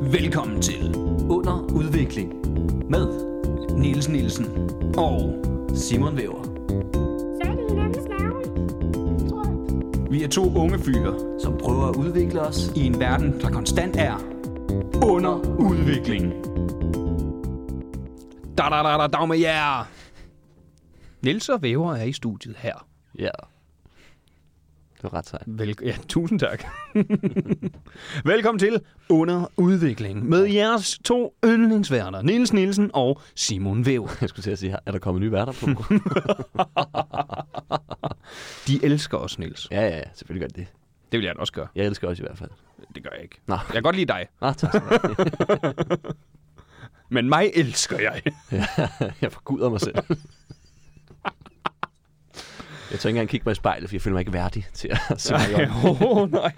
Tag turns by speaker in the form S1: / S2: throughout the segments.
S1: Velkommen til
S2: Under udvikling med
S1: Niels Nielsen og
S2: Simon Væver,
S3: Så er det hinandens navn. Tror jeg.
S1: vi er to unge fyre
S2: som prøver at udvikle os.
S1: i en verden, der konstant er under udvikling. Da da da da dag med jer! Niels og Væver er i studiet her.
S2: Ja. Det var ret sejt.
S1: Vel, ja, tusind tak. Velkommen til Under Udvikling med jeres to yndlingsværter, Niels Nielsen og Simon Væver.
S2: Jeg skulle til at sige, er der kommet nye værter på?
S1: De elsker os, Niels.
S2: ja, ja, ja, selvfølgelig gør det det.
S1: Det vil jeg da også gøre.
S2: Jeg elsker også i hvert fald.
S1: Det gør jeg ikke.
S2: Nå,
S1: Jeg kan godt lide dig,
S2: Nå tak. skal du have.
S1: men mig elsker jeg.
S2: jeg forguder mig selv. Jeg tør ikke engang kigge mig i spejlet, for jeg føler mig ikke værdig til at se mig i øjnene.
S1: Åh, oh, nej.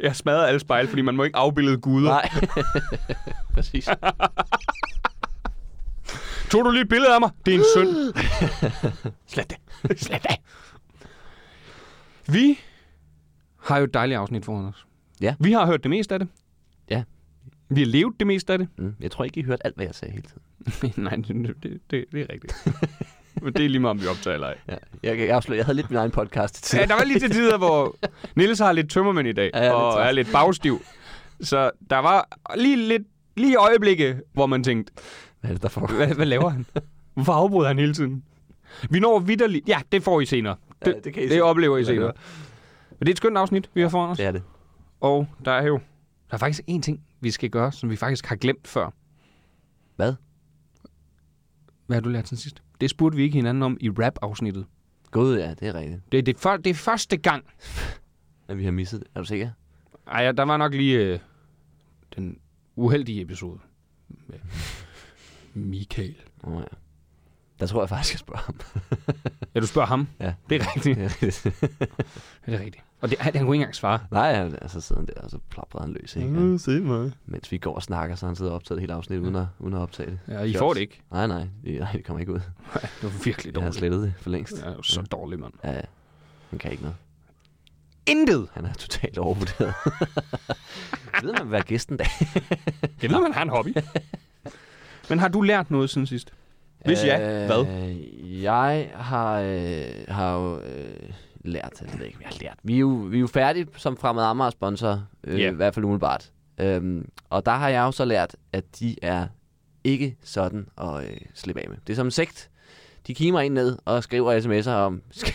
S1: Jeg smadrer alle spejl, fordi man må ikke afbillede guder.
S2: Nej. Præcis.
S1: Tog du lige et billede af mig? Det er en synd. Slet det. Slet det. Vi har jo et dejligt afsnit foran os.
S2: Ja.
S1: Vi har hørt det meste af det.
S2: Ja.
S1: Vi har levet det meste af det.
S2: Mm, Jeg tror ikke, I hørte alt, hvad jeg sagde hele tiden.
S1: nej, det, det, det, det er rigtigt. Men det er lige meget, om vi optager eller ej.
S2: Ja. Jeg kan afsløre, jeg havde lidt min egen podcast til.
S1: Ja, der var lige til tider, hvor Nils har lidt tømmermænd i dag,
S2: Ja, jeg er
S1: ja,
S2: lidt
S1: og
S2: træt.
S1: er lidt bagstiv. Så der var lige lidt lige øjeblikke, hvor man tænkte,
S2: Hvad er det, der får?
S1: hvad, hvad laver han? Hvorfor afbryder han hele tiden? Vi når vidderligt... Ja, det får I senere. Det,
S2: Ja,
S1: ja,
S2: det
S1: det,
S2: kan I
S1: I det
S2: senere.
S1: oplever I
S2: Hvad
S1: senere.
S2: det
S1: Men det er et skønt afsnit, vi har foran os.
S2: Det
S1: Ja.
S2: er det.
S1: Og der er jo... Der er faktisk én ting, vi skal gøre, som vi faktisk har glemt før.
S2: Hvad?
S1: Hvad har du lært siden sidst? Det spurgte vi ikke hinanden om i rap-afsnittet.
S2: Gud, ja, det er rigtigt.
S1: Det er det, for, det er første gang.
S2: At vi har misset det. Er du sikker?
S1: Ej, ja, der var nok lige øh, den uheldige episode med Michael.
S2: Åh oh, ja. Der tror jeg faktisk, jeg spørger ham.
S1: Ja, du spørger ham.
S2: Ja.
S1: Det er rigtigt. Ja, det
S2: Det er rigtigt.
S1: er rigtigt. Og det, han han kunne ikke engang svare.
S2: Nej, han- altså sidder han der, og så plapper han løs, ikke? Ja.
S1: Mm, se mig.
S2: Mens vi går og snakker, så har han sidder og optaget hele afsnit, uden at, uden at optage det.
S1: Ja, I
S2: Sjovt.
S1: får det ikke.
S2: Nej, nej, det, nej, det kommer ikke ud.
S1: Det var virkelig
S2: Jeg har
S1: dårligt.
S2: slettet det for længst.
S1: Ja, det var så dårligt, mand.
S2: Ja, ja. Han kan ikke noget.
S1: Intet!
S2: Han er totalt overvurderet. jeg ved, man vil være gæsten da.
S1: Jeg ved, man har en hobby. Men har du lært noget siden sidst? Hvis ja, hvad?
S2: Øh, Jeg har, øh, har jo øh, lært, jeg ved ikke, om jeg har lært. Vi er jo, vi er jo færdige som Fremad Amager sponsor, øh,
S1: Ja.
S2: yeah. i hvert fald umiddelbart. Øhm, og der har jeg jo så lært, at de er ikke sådan at øh, slippe af med. Det er som en sekt. De kimer ind ned og skriver sms'er om...
S1: Skal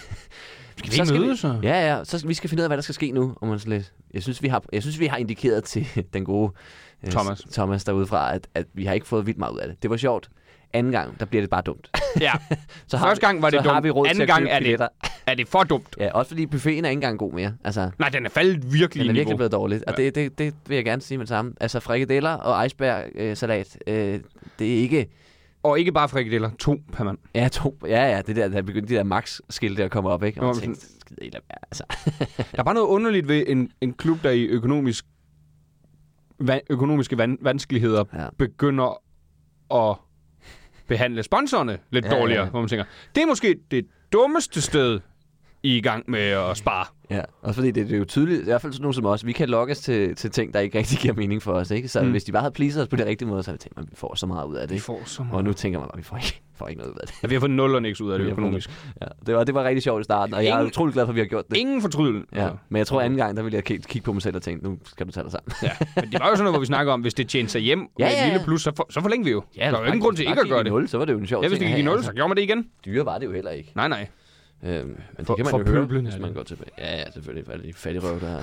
S2: Så skal vi-
S1: så? Ja.
S2: Ja, ja, så skal, vi skal finde ud af, hvad der skal ske nu. Om man sådan lidt. Jeg, synes, vi har, jeg synes, vi har indikeret til den gode øh,
S1: Thomas.
S2: Thomas derudefra, at, at vi har ikke fået vildt meget ud af det. Det var sjovt. Anden gang, der bliver det bare dumt.
S1: ja.
S2: Så
S1: Første gang var det
S2: så Har
S1: dumt.
S2: vi råd
S1: Anden
S2: til at
S1: gang
S2: købe
S1: er det-
S2: billetter.
S1: Er det for dumt?
S2: Ja, også fordi buffeten er ikke engang god mere. Altså, den
S1: Nej, den er faldet virkelig
S2: er
S1: i
S2: virkelig
S1: niveau.
S2: blevet dårligt. Og det, det, det vil jeg gerne sige med det samme. Altså, frikadeller og iceberg-salat, øh, det er ikke...
S1: Og ikke bare frikadeller. To per mand.
S2: Ja, to, ja, ja, det der, der begyndte de der max-skilte at komme op, ikke? Og
S1: Nå,
S2: man
S1: men
S2: tænkte, skid i lad være, altså.
S1: Der er bare noget underligt ved en, en klub, der i økonomisk, va- økonomiske van, vanskeligheder
S2: Ja.
S1: ja. begynder at behandle sponsorerne lidt
S2: Ja,
S1: ja, dårligere.
S2: ja.
S1: Hvor man tænker, det er måske det dummeste sted, I er i gang med at spare.
S2: Ja, også fordi det, det er jo tydeligt, i hvert fald sådan nogen som os, vi kan lokkes til, til ting, der ikke rigtig giver mening for os, ikke? Så mm.
S1: Mm.
S2: hvis de bare havde pleaset os på det rigtige måde, så havde vi tænkt, at vi får så meget ud af det.
S1: Vi
S2: ikke?
S1: får så
S2: Og
S1: meget.
S2: nu tænker man bare, at vi får ikke, får ikke noget ud af det.
S1: Ja, vi har fået nul og niks ud af det
S2: Vi har fået
S1: økonomisk.
S2: Ja, det, var, det var rigtig sjovt i starten, og jeg er
S1: Ingen-
S2: utrolig glad for, at vi har gjort det.
S1: Ingen fortrydelse.
S2: Ja, Altså, men jeg tror anden gang, der ville jeg k- kigge på mig selv og tænke, nu skal du tage dig sammen.
S1: Ja, men det var jo sådan noget, hvor vi snakker om, hvis det tjener sig hjem ja,
S2: Ja,
S1: med
S2: ja,
S1: et lille
S2: ja.
S1: plus, så, for, så forlænger vi jo. Ja, der er jo
S2: Bare-
S1: ingen grund til
S2: bare
S1: ikke at
S2: gik i
S1: gøre det.
S2: nul, så var det jo en sjov
S1: Ja, hvis
S2: ting
S1: det
S2: at
S1: gik i
S2: have. Altså,
S1: nul, så gjorde man det igen.
S2: dyre var det jo heller ikke.
S1: Nej, nej.
S2: Øhm, men
S1: For-
S2: det kan man
S1: for
S2: jo høre,
S1: pøblen er
S2: hvis man
S1: det.
S2: går tilbage. Ja, ja, selvfølgelig. For alle de fattige røv, der,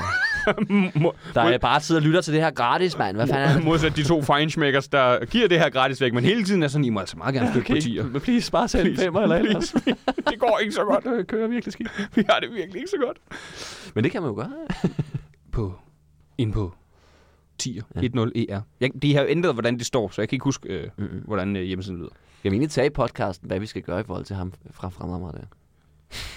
S1: Mo-
S2: der er bare sidder og lytter til det her gratis, mand. Hvad fanden er det?
S1: Modsat de to feinschmeckers, der giver det her gratis væk, men hele tiden er sådan, I må altså meget gerne støtte på tier.
S2: men please, bare send
S1: Please, please. Det går ikke så godt.
S2: Det kører virkelig skidt.
S1: Vi har det virkelig ikke så godt.
S2: Men det kan man jo gøre.
S1: På, ind på tier. 10 ER. Jeg, de har jo ændret, hvordan det står, så jeg kan ikke huske, øh,
S2: Mm-mm.
S1: hvordan øh, hjemmesiden lyder.
S2: Skal vi egentlig tage i podcasten, hvad vi skal gøre i forhold til ham fra fremad der?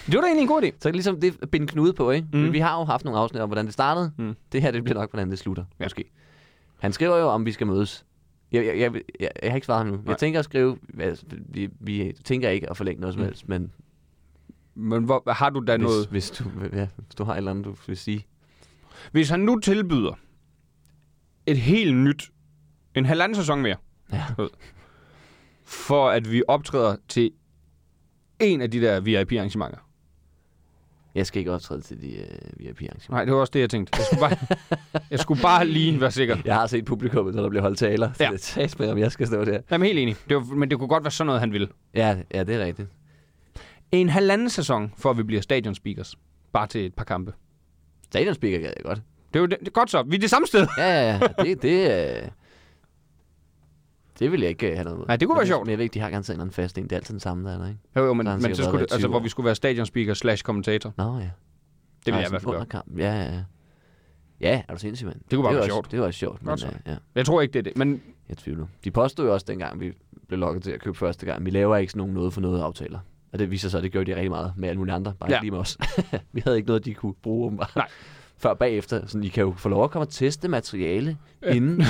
S1: Det var da egentlig en god idé.
S2: Så ligesom det er binde knude på, ikke? Mm.
S1: Mm.
S2: Vi har jo haft nogle afsnit om, hvordan det startede.
S1: Mm.
S2: Mm. Det her, det bliver nok, hvordan det slutter.
S1: Ja.
S2: Måske. Han skriver jo, om vi skal mødes. Jeg, jeg, jeg, jeg, jeg har ikke svaret ham nu. Nej.
S1: Nej.
S2: Jeg tænker at skrive, altså, vi, vi tænker ikke at forlænge noget som
S1: Mm.
S2: helst, men
S1: Men hvor, har du da
S2: hvis,
S1: noget?
S2: hvis, du, ja, hvis du har et eller andet, du vil sige.
S1: Hvis han nu tilbyder et helt nyt en halvanden sæson mere.
S2: Ja.
S1: For at vi optræder til en af de der VIP-arrangementer.
S2: Jeg skal ikke optræde til de øh, VIP-arrangementer.
S1: Nej, det var også det, jeg tænkte. Jeg skulle bare, jeg skulle bare lige være sikker.
S2: Jeg har set publikummet, når der bliver holdt taler.
S1: Ja.
S2: Ja. Det tages med, om jeg skal stå der.
S1: Jeg er helt enig. Det var, men det kunne godt være sådan noget, han ville.
S2: Ja, ja det er rigtigt.
S1: En halvanden sæson, for at vi bliver stadionspeakers. Bare til et par kampe.
S2: Stadionspeaker gad jeg godt.
S1: Det er jo det, det er godt så. Vi er det samme sted.
S2: Ja, ja, ja. Det, det, øh, det vil jeg ikke øh, have noget med.
S1: Nej, det kunne være sjovt.
S2: Men jeg ved ikke, de har ganske en eller anden fast en. Det er altid den samme, der er der, ikke?
S1: Jo, jo, men,
S2: Der har han
S1: men så
S2: sikkert
S1: skulle
S2: været
S1: det,
S2: der i
S1: altså,
S2: 20
S1: hvor
S2: år.
S1: vi skulle være stadionspeaker slash kommentator.
S2: Nå, ja.
S1: Det vil
S2: Nej,
S1: jeg i hvert
S2: sådan
S1: fald gøre.
S2: under kamp. Ja, ja, ja. Ja, er du sindssyg, mand?
S1: Det kunne bare være
S2: det var også-
S1: sjovt.
S2: Det var også sjovt, men
S1: Godt
S2: øh, ja,
S1: Jeg tror ikke, det er det. Men
S2: jeg tvivler. De påstod jo også, dengang vi blev lokket til at købe første gang, vi laver ikke sådan nogen noget for noget aftaler. Og det viser sig, at det gjorde de rigtig meget med alle mulige andre, bare
S1: Ja.
S2: ja. lige med os. vi havde ikke noget, de kunne bruge åbenbart.
S1: Nej.
S2: Før bagefter, sådan, I kan jo få lov at komme og teste materiale inden.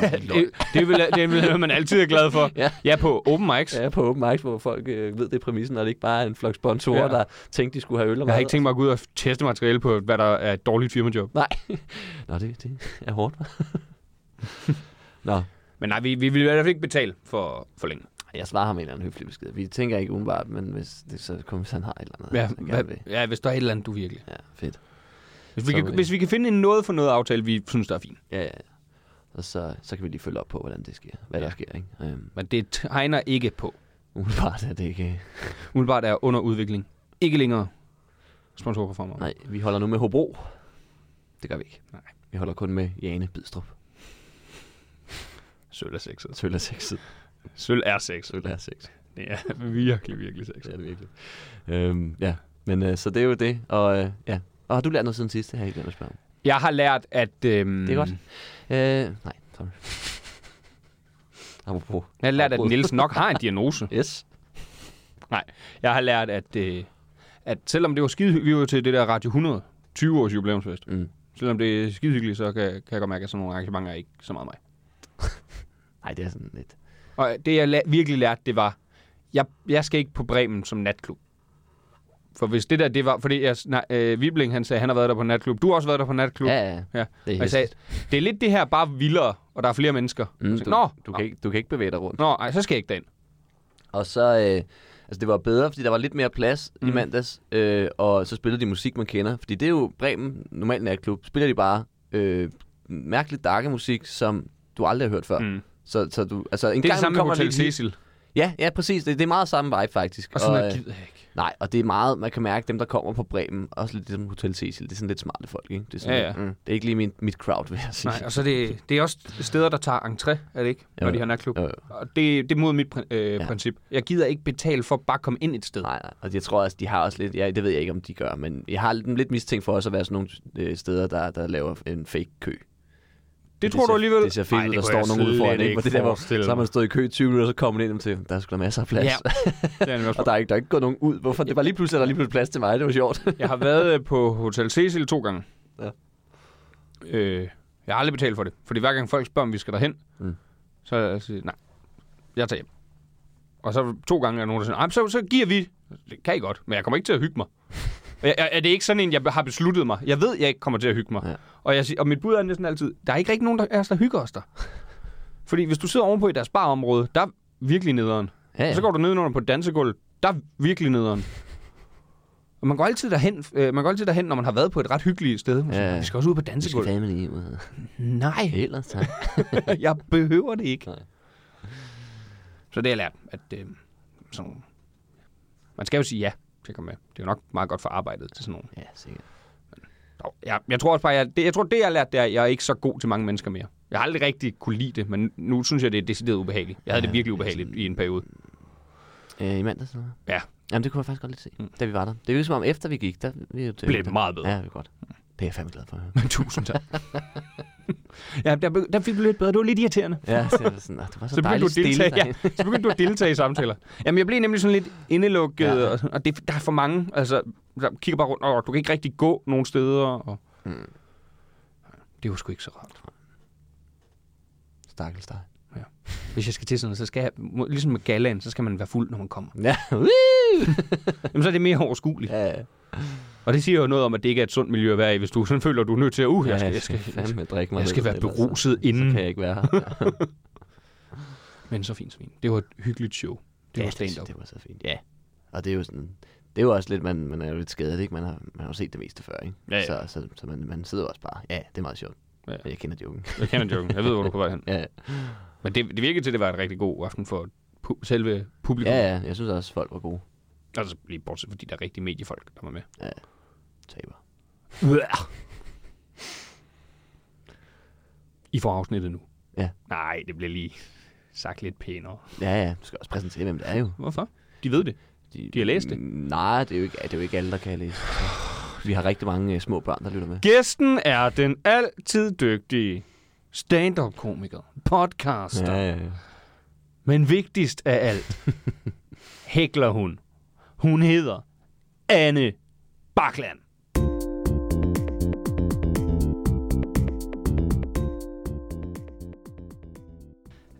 S2: Sådan, lol.
S1: det, det, vil, det vil noget, man altid er glad for.
S2: Ja.
S1: ja på open mics.
S2: Ja, på åben mics, hvor folk øh, ved det er præmissen, og det er ikke bare er en flok sponsorer,
S1: Ja.
S2: ja. der tænkte, de skulle have øl og
S1: Jeg har
S2: mad.
S1: ikke tænkt mig at gå ud og teste materiale på, hvad der er et dårligt firmajob.
S2: Nej. Nå, det, det er hårdt, hva'? Nå,
S1: Men nej, vi, vi vil i hvert fald ikke betale for, for længe.
S2: jeg svarer ham en eller anden høflig besked. Vi tænker ikke umiddelbart, men hvis det, så kommer, hvis han har et eller andet.
S1: Ja,
S2: han gerne
S1: hvad,
S2: vil.
S1: ja, hvis der er et eller andet, du virkelig.
S2: Ja, fedt.
S1: Hvis vi,
S2: Så er
S1: kan,
S2: det.
S1: hvis vi kan finde en noget for noget aftale, vi synes, der er fint.
S2: Ja, ja, ja. Og så, så kan vi lige følge op på, hvordan det sker. Hvad ja.
S1: Ja.
S2: der sker, ikke? Øhm,
S1: Men det tegner ikke på.
S2: umiddelbart er det ikke...
S1: Umiddelbart er under udvikling. Ikke længere sponsorer for mig.
S2: Nej, vi holder nu med Hobro. Det gør vi ikke.
S1: Nej.
S2: Vi holder kun med Jane Bidstrup.
S1: Sølv er sexet.
S2: Tøl er sexet.
S1: Sølv er sexet.
S2: Tøl er sexet.
S1: Det er virkelig, virkelig
S2: Det
S1: sexet.
S2: er det virkelig. Øhm, ja, men øh, så det er jo det. Og, øh, ja. og har du lært noget siden sidst? Det har jeg ikke glemt at spørge om.
S1: Jeg har lært, at... Øhm,
S2: Det er godt. Øh, nej, sorry. Apropos.
S1: Jeg har lært, at
S2: Afbrud.
S1: Niels nok har en diagnose.
S2: Yes.
S1: Nej, jeg har lært, at, øh, at selvom det var skide vi var jo til det der Radio 100 20 års jubilæumsfest.
S2: Mm.
S1: Selvom det er skide hyggeligt, så kan, kan jeg godt mærke, at sådan nogle arrangementer er ikke så meget mig.
S2: Nej, det er sådan lidt.
S1: Og det, jeg la- virkelig lærte, det var, jeg, jeg skal ikke på Bremen som natklub. For hvis det der, det var... Fordi jeg, nej, øh, Vibling, han sagde, han har været der på natklub. Du har også været der på natklub.
S2: Ja, ja,
S1: ja.
S2: Det
S1: Og
S2: er
S1: jeg sagde,
S2: hæsligt.
S1: det er lidt det her, bare vildere, og der er flere mennesker.
S2: Mm,
S1: Jeg
S2: du,
S1: tænkte, Nå,
S2: du, kan ikke, du kan ikke bevæge dig rundt.
S1: Nå, ej, så skal jeg ikke derind.
S2: Og så, øh, altså det var bedre, fordi der var lidt mere plads mm. i mandags, øh, og så spillede de musik, man kender. Fordi det er jo Bremen, normal natklub, spiller de bare øh, mærkeligt darke musik, som du aldrig har hørt før.
S1: Mm.
S2: Så, så du, altså en
S1: Det er det
S2: gang
S1: samme med
S2: kommer
S1: Hotel
S2: lige-
S1: Cecil.
S2: Ja, ja, præcis. Det, det er meget samme vibe, faktisk.
S1: Og sådan
S2: øh,
S1: noget gider jeg ikke.
S2: Nej, og det er meget, man kan mærke, dem der kommer på Bremen, også lidt ligesom Hotel Cecil, det er sådan lidt smarte folk, ikke? Det er, sådan,
S1: Ja, ja.
S2: lidt, Mm, det er ikke lige mit, mit crowd, vil jeg sige.
S1: Nej, og så er det, det er også steder, der tager entré, er det ikke?
S2: Jo,
S1: Når de
S2: jo.
S1: har natklub.
S2: Jo, jo.
S1: Og det, det er mod mit prin- øh, ja.
S2: Ja.
S1: princip. Jeg gider ikke betale for at bare komme ind et sted.
S2: Nej, nej, og jeg tror også, de har også lidt, ja, det ved jeg ikke, om de gør, men jeg har dem lidt mistænkt for også at være sådan nogle øh, steder, der, der laver en fake kø.
S1: det, tror
S2: ser,
S1: du alligevel.
S2: Det ser fedt
S1: Ej, det
S2: ud, der
S1: kunne
S2: står
S1: jeg
S2: nogen ude
S1: slet
S2: foran, ikke?
S1: ikke
S2: Og det der, hvor,
S1: forestille
S2: så har
S1: mig.
S2: man stået i kø i 20 minutter, og så kommer man ind og til, der er sgu da masser af plads.
S1: Ja. Det er jeg også
S2: og der er ikke, der er ikke gået nogen ud. Hvorfor? Det var lige pludselig, at der lige pludselig plads til mig. Det var sjovt.
S1: Jeg har været øh, på Hotel Cecil to gange.
S2: Ja.
S1: Øh, jeg har aldrig betalt for det. Fordi hver gang folk spørger, om vi skal derhen, mm.
S2: Mm.
S1: så jeg siger nej, jeg tager hjem. Og så to gange er nogen, der siger, "Ej, men så, så giver vi. Det kan I godt, men jeg kommer ikke til at hygge mig. Og jeg, er det ikke sådan en, jeg har besluttet mig? Jeg ved, jeg ikke kommer til at hygge mig. Ja.
S2: Ja.
S1: Og, jeg siger, og mit bud er næsten altid, der er ikke rigtig nogen af os, der hygger os der. Fordi hvis du sidder ovenpå i deres barområde, der er virkelig nederen.
S2: ja,
S1: Og
S2: ja.
S1: så går du nedenunder på et dansegulv. Der er virkelig nederen. Og man går altid derhen, øh, man går altid derhen når man har været på et ret hyggeligt sted. Man siger,
S2: Ja.
S1: Vi skal også ud på
S2: Vi skal
S1: dansegulv.
S2: fandme lige ud.
S1: Nej,
S2: Ellers, tak.
S1: jeg behøver det ikke.
S2: Nej.
S1: Så det har jeg lært, at øh, sådan, nogle- man skal jo sige ja til at komme med. Det er jo nok meget godt for arbejdet til sådan nogle.
S2: Ja, sikkert.
S1: Dog, Jeg, jeg tror også bare, jeg, det, jeg tror, det jeg har lært, det er, at jeg er ikke så god til mange mennesker mere. Jeg har aldrig rigtig kunne lide det, men nu synes jeg, det er decideret ubehageligt. Jeg havde
S2: Ja,
S1: det virkelig
S2: det er
S1: ubehageligt i en periode.
S2: Øh, I mandags, eller hvad?
S1: Ja.
S2: Jamen, det kunne jeg faktisk godt lidt se,
S1: Mm.
S2: mm. da vi var der. Det er jo som om, efter vi gik, der... Vi, det,
S1: Blev det meget bedre.
S2: Ja, det er godt. Det er jeg fandme glad for at høre.
S1: Men tusind tak. ja, der, blev- der fik du lidt bedre. Det var lidt irriterende.
S2: Ja, så jeg var sådan, "Nå, det var så,
S1: Så begyndte, du
S2: dejligt
S1: at deltage,
S2: stille.
S1: ja,
S2: derinde."
S1: så begyndte du at deltage i samtaler. Jamen, jeg blev nemlig sådan lidt indelukket, ja.
S2: Ja.
S1: og, sådan, og det, der er for mange. Altså, der kigger bare rundt, og du kan ikke rigtig gå nogen steder. Og...
S2: Mm.
S1: Det er jo sgu ikke så rart.
S2: Stakkels dig.
S1: Hvis jeg skal til sådan noget, så skal jeg, må- ligesom med galaen, så skal man være fuld, når man kommer.
S2: Ja, woo!
S1: Jamen, så er det mere overskueligt.
S2: ja, ja.
S1: Og det siger jo noget om, at det ikke er et sundt miljø at være i, hvis du sådan føler, at du er nødt til at, uh, jeg skal, jeg skal, jeg skal,
S2: fandme drikke mig
S1: jeg skal
S2: ned,
S1: være
S2: ellers
S1: beruset
S2: Så, så
S1: inden.
S2: kan jeg ikke være her. Ja.
S1: Men så fint, så fint. Det var et hyggeligt show. Det
S2: Ja,
S1: var stand-up.
S2: Det var så fint, ja. Og det er jo sådan... Det er jo også lidt, man, man er jo lidt skadet, ikke? Man har, man har jo set det meste før, ikke?
S1: Ja, ja.
S2: Så, så, så man, man sidder jo også bare, ja, det er meget sjovt.
S1: Ja.
S2: Men Jeg kender joken.
S1: Jeg kender joken. Jeg ved, hvor du er på vej hen.
S2: Ja,
S1: Men det, det virkede til, at det var en rigtig god aften for pu- selve publikum.
S2: ja, ja, jeg synes også, folk var gode
S1: Altså lige bortset fra de der rigtige mediefolk, der var med.
S2: taber.
S1: I får afsnittet nu.
S2: Ja.
S1: Nej, det bliver lige sagt lidt pænere.
S2: Ja, ja, du skal også præsentere, hvem det er jo.
S1: Hvorfor? De ved det. De har læst det.
S2: Mm, Nej, det er jo ikke, det er jo ikke alle, der kan læse. Vi har rigtig mange uh, små børn, der lytter med.
S1: Gæsten er den altid dygtige stand-up-komiker, podcaster,
S2: Ja,
S1: ja.
S2: ja, ja.
S1: men vigtigst af alt, hækler hun. Hun hedder Anne Bakland.